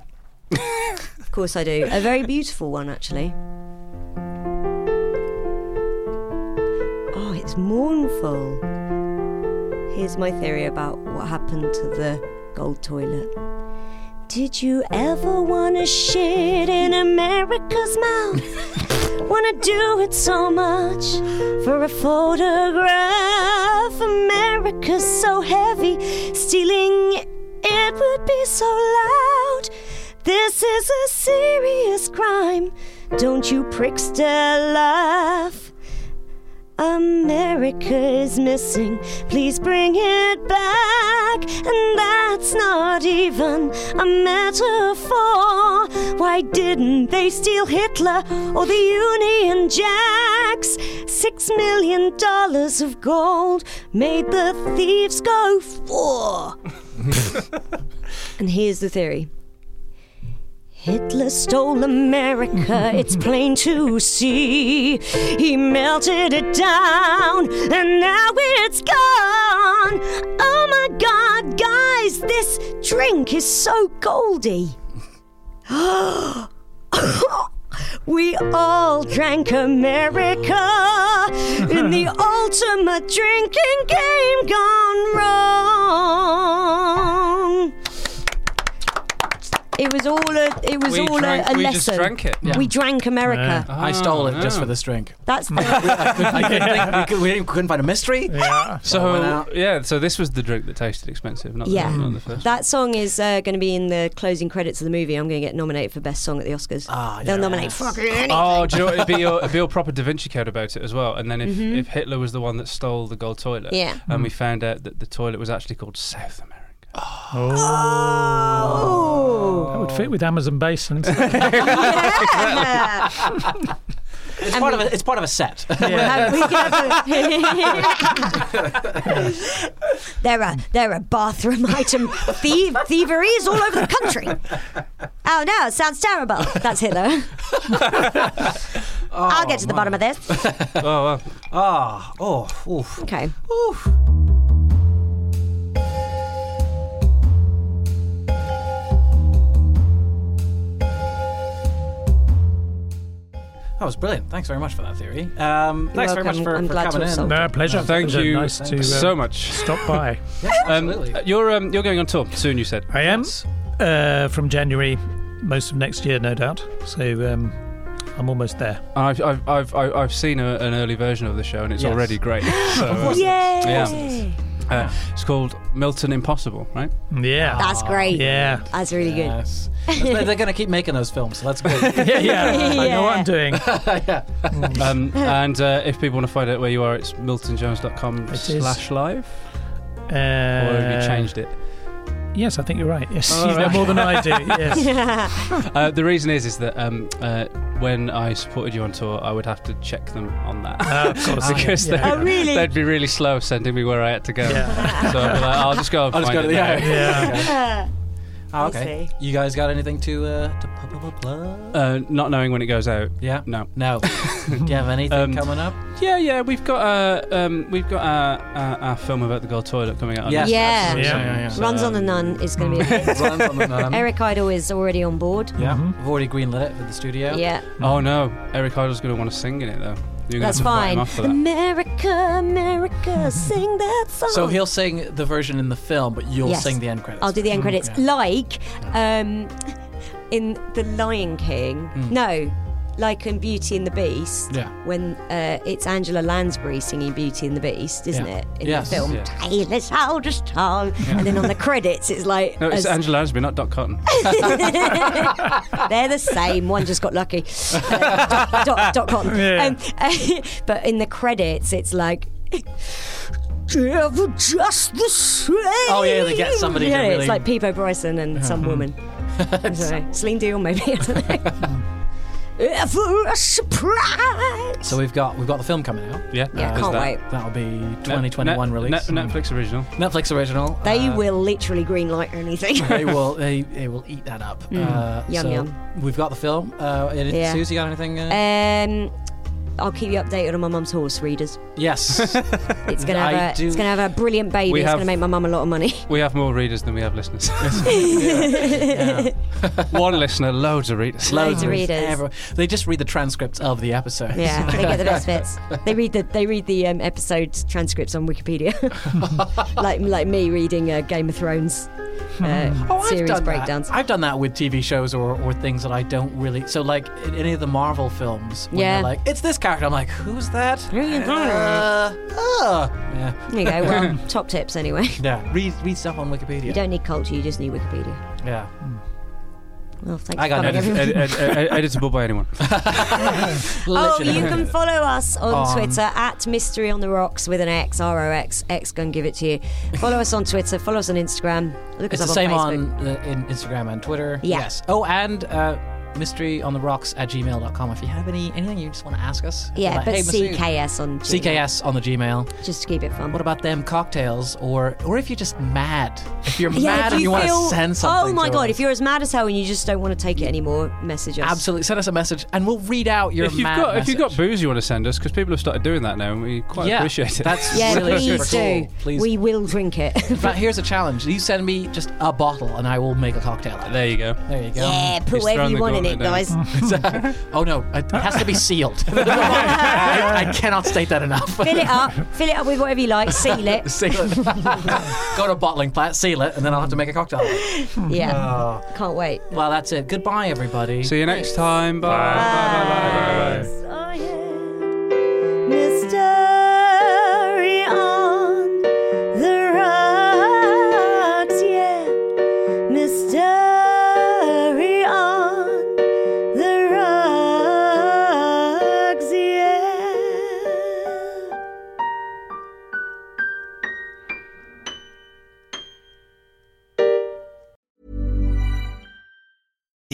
Speaker 3: of course I do. A very beautiful one, actually. Oh, it's mournful. Here's my theory about what happened to the gold toilet. Did you ever wanna shit in America's mouth? wanna do it so much for a photograph. America's so heavy, stealing it would be so loud. This is a serious crime. Don't you prickster laugh? America is missing. Please bring it back. And that's not even a metaphor. Why didn't they steal Hitler or the Union Jacks? Six million dollars of gold made the thieves go for. and here's the theory. Hitler stole America, it's plain to see. He melted it down, and now it's gone. Oh my god, guys, this drink is so goldy. We all drank America in the ultimate drinking game gone wrong. It was all a. It was
Speaker 2: We
Speaker 3: all
Speaker 2: drank-
Speaker 3: a, a
Speaker 2: we
Speaker 3: lesson.
Speaker 2: just drank it.
Speaker 3: We drank America.
Speaker 2: Oh,
Speaker 1: I stole it just
Speaker 2: no.
Speaker 1: for this drink.
Speaker 3: That's the,
Speaker 1: I couldn't, I couldn't think, we, could, we didn't- couldn't find a mystery.
Speaker 4: Yeah.
Speaker 1: I went
Speaker 2: So
Speaker 1: out.
Speaker 2: yeah, so this was the drink that tasted expensive, not,
Speaker 3: Yeah.
Speaker 2: the, not the first.
Speaker 3: that song is uh, going to be in the closing credits of the movie. I'm going to get nominated for best song at the Oscars.
Speaker 1: Ah,
Speaker 3: They'll
Speaker 1: yeah.
Speaker 3: nominate fucking any.
Speaker 2: Oh, do you know what? It'd be, your, it'd be your proper Da Vinci Code about it as well. And then if, if Hitler was the one that stole the gold toilet,
Speaker 3: Mm-hmm. Yeah.
Speaker 2: and we found out that the toilet was actually called South America.
Speaker 3: Oh!
Speaker 4: That would fit with Amazon Basin.
Speaker 3: Yeah.
Speaker 1: It's part of a, it's part of a set.
Speaker 3: Have- we can have a- there are there are bathroom item thie- thieveries all over the country. Oh no, it sounds terrible. That's Hitler. I'll get to the bottom of this.
Speaker 2: oh, wow.
Speaker 1: Ah, oh, oof.
Speaker 3: Okay.
Speaker 1: That was brilliant. Thanks very much for that theory. Um, thanks very
Speaker 3: welcome.
Speaker 1: much for,
Speaker 3: I'm
Speaker 1: for
Speaker 3: glad to
Speaker 1: coming
Speaker 3: have
Speaker 1: in.
Speaker 3: solved
Speaker 4: no, pleasure.
Speaker 2: Thank
Speaker 4: Pleasure.
Speaker 2: you
Speaker 4: Nice to uh,
Speaker 2: so much.
Speaker 4: stop by.
Speaker 2: Um,
Speaker 1: Absolutely.
Speaker 2: you're um, you're going on tour soon. You said
Speaker 4: I am uh, from January, most of next year, no doubt. So um, I'm almost there.
Speaker 2: I've I've I've, I've I've seen a, an early version of the show, and it's
Speaker 1: Yes.
Speaker 2: already great. So, uh,
Speaker 3: Yay!
Speaker 2: uh, it's called Milton Impossible, right?
Speaker 4: Mm, Yeah.
Speaker 3: That's great.
Speaker 4: yeah.
Speaker 3: That's really good.
Speaker 1: Yes. They're going to keep making those films, so that's good.
Speaker 4: Yeah, yeah. I know what
Speaker 3: Yeah.
Speaker 4: I'm doing. Mm.
Speaker 2: Um, and uh, if people want to find out where you are, it's miltonjones.com
Speaker 4: It is.
Speaker 2: slash live.
Speaker 4: Uh,
Speaker 2: Or have you changed it?
Speaker 4: Yes, I think you're right. Yes, you know more than I do. Yes.
Speaker 2: Uh, the reason is is that um, uh, when I supported you on tour, I would have to check them on that.
Speaker 4: Uh, of course.
Speaker 2: because
Speaker 4: Yeah.
Speaker 2: they,
Speaker 3: Oh, really?
Speaker 2: would be really slow sending me where I had to go.
Speaker 4: Yeah.
Speaker 2: So I'd be like, I'll just go and
Speaker 1: I'll just go
Speaker 2: find
Speaker 1: to the
Speaker 2: it now.
Speaker 1: yeah.
Speaker 4: Yeah.
Speaker 3: Uh,
Speaker 1: Oh,
Speaker 3: I
Speaker 1: okay. You guys got anything to uh, to pu- pu- pu- plug?
Speaker 2: Uh, not knowing when it goes out.
Speaker 1: Yeah.
Speaker 2: No.
Speaker 1: No. Do you have anything coming up?
Speaker 2: Yeah, yeah, we've got uh, um, we've got our, our, our film about the gold toilet coming out. on um,
Speaker 1: Yes.
Speaker 2: Netflix.
Speaker 3: Yeah.
Speaker 4: Yeah, yeah, yeah.
Speaker 3: Runs on the Nun is going to be. a hit.
Speaker 1: Runs on the Nun.
Speaker 3: Eric Idle is already on board.
Speaker 1: Yeah.
Speaker 4: Mm-hmm.
Speaker 1: We've already greenlit it for the studio.
Speaker 3: Yeah,
Speaker 2: Oh no, Eric Idle's going to want to sing in it though. You're gonna
Speaker 3: that's
Speaker 2: have to fight
Speaker 3: fine.
Speaker 2: Him off for that.
Speaker 3: America, America, sing that song.
Speaker 1: So he'll sing the version in the film, but you'll
Speaker 3: Yes.
Speaker 1: sing the end credits.
Speaker 3: I'll do the end credits. Like um, in The Lion King.
Speaker 2: Hmm.
Speaker 3: No, like in Beauty and the Beast.
Speaker 1: Yeah.
Speaker 3: When uh, it's Angela Lansbury singing Beauty and the Beast, isn't
Speaker 1: Yeah.
Speaker 3: it? In
Speaker 1: Yes.
Speaker 3: the film.
Speaker 2: Yeah.
Speaker 3: Taylor's Elder's Tongue. And then on the credits, it's like.
Speaker 2: No, it's
Speaker 3: us-
Speaker 2: Angela Lansbury, not Doc Cotton.
Speaker 3: They're the same. One just got lucky. Uh, dot, dot, dot com.
Speaker 4: Yeah.
Speaker 3: Um, uh, but in the credits, it's like. Ever just the same.
Speaker 1: Oh, yeah, they get somebody to
Speaker 3: Yeah,
Speaker 1: really- Mm-hmm.
Speaker 3: it's like Peebo Bryson and some woman. I'm sorry, Celine Dion maybe. I don't know. Ever a surprise.
Speaker 1: So we've got we've got the film coming out.
Speaker 2: yeah,
Speaker 3: yeah,
Speaker 2: there's
Speaker 3: can't
Speaker 2: that.
Speaker 3: wait.
Speaker 1: That'll be
Speaker 2: Net-
Speaker 1: 2021
Speaker 2: Net-
Speaker 1: release.
Speaker 2: Net- Netflix original.
Speaker 1: Netflix original.
Speaker 3: They
Speaker 1: Uh,
Speaker 3: will literally green light anything.
Speaker 1: They will. They, they will eat that up. Uh,
Speaker 3: Mm. Yum,
Speaker 1: so
Speaker 3: yum.
Speaker 1: We've got the film. Uh, anything-
Speaker 3: Yeah.
Speaker 1: Susie, got anything? Uh,
Speaker 3: um, I'll keep you updated on my mum's horse, readers.
Speaker 1: yes.
Speaker 3: It's gonna
Speaker 1: Mm-hmm. I
Speaker 3: have a,
Speaker 1: do-
Speaker 3: it's gonna have a brilliant baby.
Speaker 2: We
Speaker 3: it's
Speaker 2: have-
Speaker 3: gonna make my mum a lot of money.
Speaker 2: We have more readers than we have listeners. One listener, loads of readers.
Speaker 3: Loads of readers.
Speaker 1: Everyone- They just read the transcripts of the episode.
Speaker 3: Yeah, they get the best bits. They read the they read the um, episode transcripts on Wikipedia, like like me reading uh, Game of Thrones uh,
Speaker 1: Oh, I've
Speaker 3: series
Speaker 1: done
Speaker 3: breakdowns.
Speaker 1: That. I've done that with TV shows or, or things that I don't really. So, like in any of the Marvel films, when
Speaker 3: Yeah.
Speaker 1: they're like, it's this character. I'm like, who's that?
Speaker 3: Brilliant.
Speaker 1: Uh, uh. Yeah.
Speaker 3: There you go. Well, top tips anyway.
Speaker 1: Yeah. Read, read stuff on Wikipedia.
Speaker 3: You don't need culture; you just need Wikipedia.
Speaker 1: Yeah.
Speaker 3: Well, thanks.
Speaker 1: I got uh,
Speaker 3: for coming,
Speaker 1: nothing.
Speaker 3: everyone.
Speaker 2: Ed- ed- ed- editable by anyone.
Speaker 3: Oh,
Speaker 1: Literally.
Speaker 3: you can follow us on,
Speaker 1: On-
Speaker 3: Twitter at Mystery on the Rocks with an X R O X X. Go and give it to you. Follow us on Twitter. Follow us on Instagram. Look
Speaker 1: It's
Speaker 3: us
Speaker 1: the
Speaker 3: up
Speaker 1: same
Speaker 3: on Facebook.
Speaker 1: on uh, in Instagram and Twitter.
Speaker 3: Yeah.
Speaker 1: Yes. Oh, and uh, mystery on the rocks at gmail.com. If you have any anything you just want to ask us.
Speaker 3: yeah,
Speaker 1: like,
Speaker 3: but
Speaker 1: "Hey, Masood,
Speaker 3: CKS on Gmail,
Speaker 1: CKS on the Gmail.
Speaker 3: just to keep it fun.
Speaker 1: What about them cocktails, or or if you're just mad? If you're
Speaker 3: Yeah,
Speaker 1: mad
Speaker 3: if
Speaker 1: and you want
Speaker 3: feel-
Speaker 1: to send something.
Speaker 3: Oh my
Speaker 1: to
Speaker 3: god,
Speaker 1: us.
Speaker 3: if you're as mad as hell and you just don't want to take it anymore, message us.
Speaker 1: absolutely send us a message and we'll read out your
Speaker 2: if you've
Speaker 1: mad
Speaker 2: got if you've got
Speaker 1: message.
Speaker 2: booze you want to send us, because people have started doing that now, and we quite
Speaker 1: yeah,
Speaker 2: appreciate it.
Speaker 1: That's
Speaker 3: Yeah,
Speaker 1: really
Speaker 3: please
Speaker 1: super
Speaker 3: do.
Speaker 1: cool. Please.
Speaker 3: We will drink it.
Speaker 1: but here's a challenge: you send me just a bottle, and I will make a cocktail. Out of it.
Speaker 2: there you go.
Speaker 1: There you go.
Speaker 3: yeah, put
Speaker 2: Just
Speaker 3: whatever
Speaker 2: throwing
Speaker 3: you
Speaker 2: the
Speaker 3: want in it,
Speaker 2: gauntlet down.
Speaker 3: guys.
Speaker 1: oh no, it it has to be sealed. I, I cannot state that enough.
Speaker 3: fill it up. Fill it up with whatever you like. Seal it.
Speaker 1: seal it. Go to a bottling plant, seal it, and then I'll have to make a cocktail. out of it.
Speaker 3: Yeah.
Speaker 2: Ah.
Speaker 3: Can't wait.
Speaker 1: Well, that's it. Goodbye, everybody.
Speaker 2: See you next time. Bye.
Speaker 3: I am mystery on the rocks, yeah. Mystery on the rocks, yeah.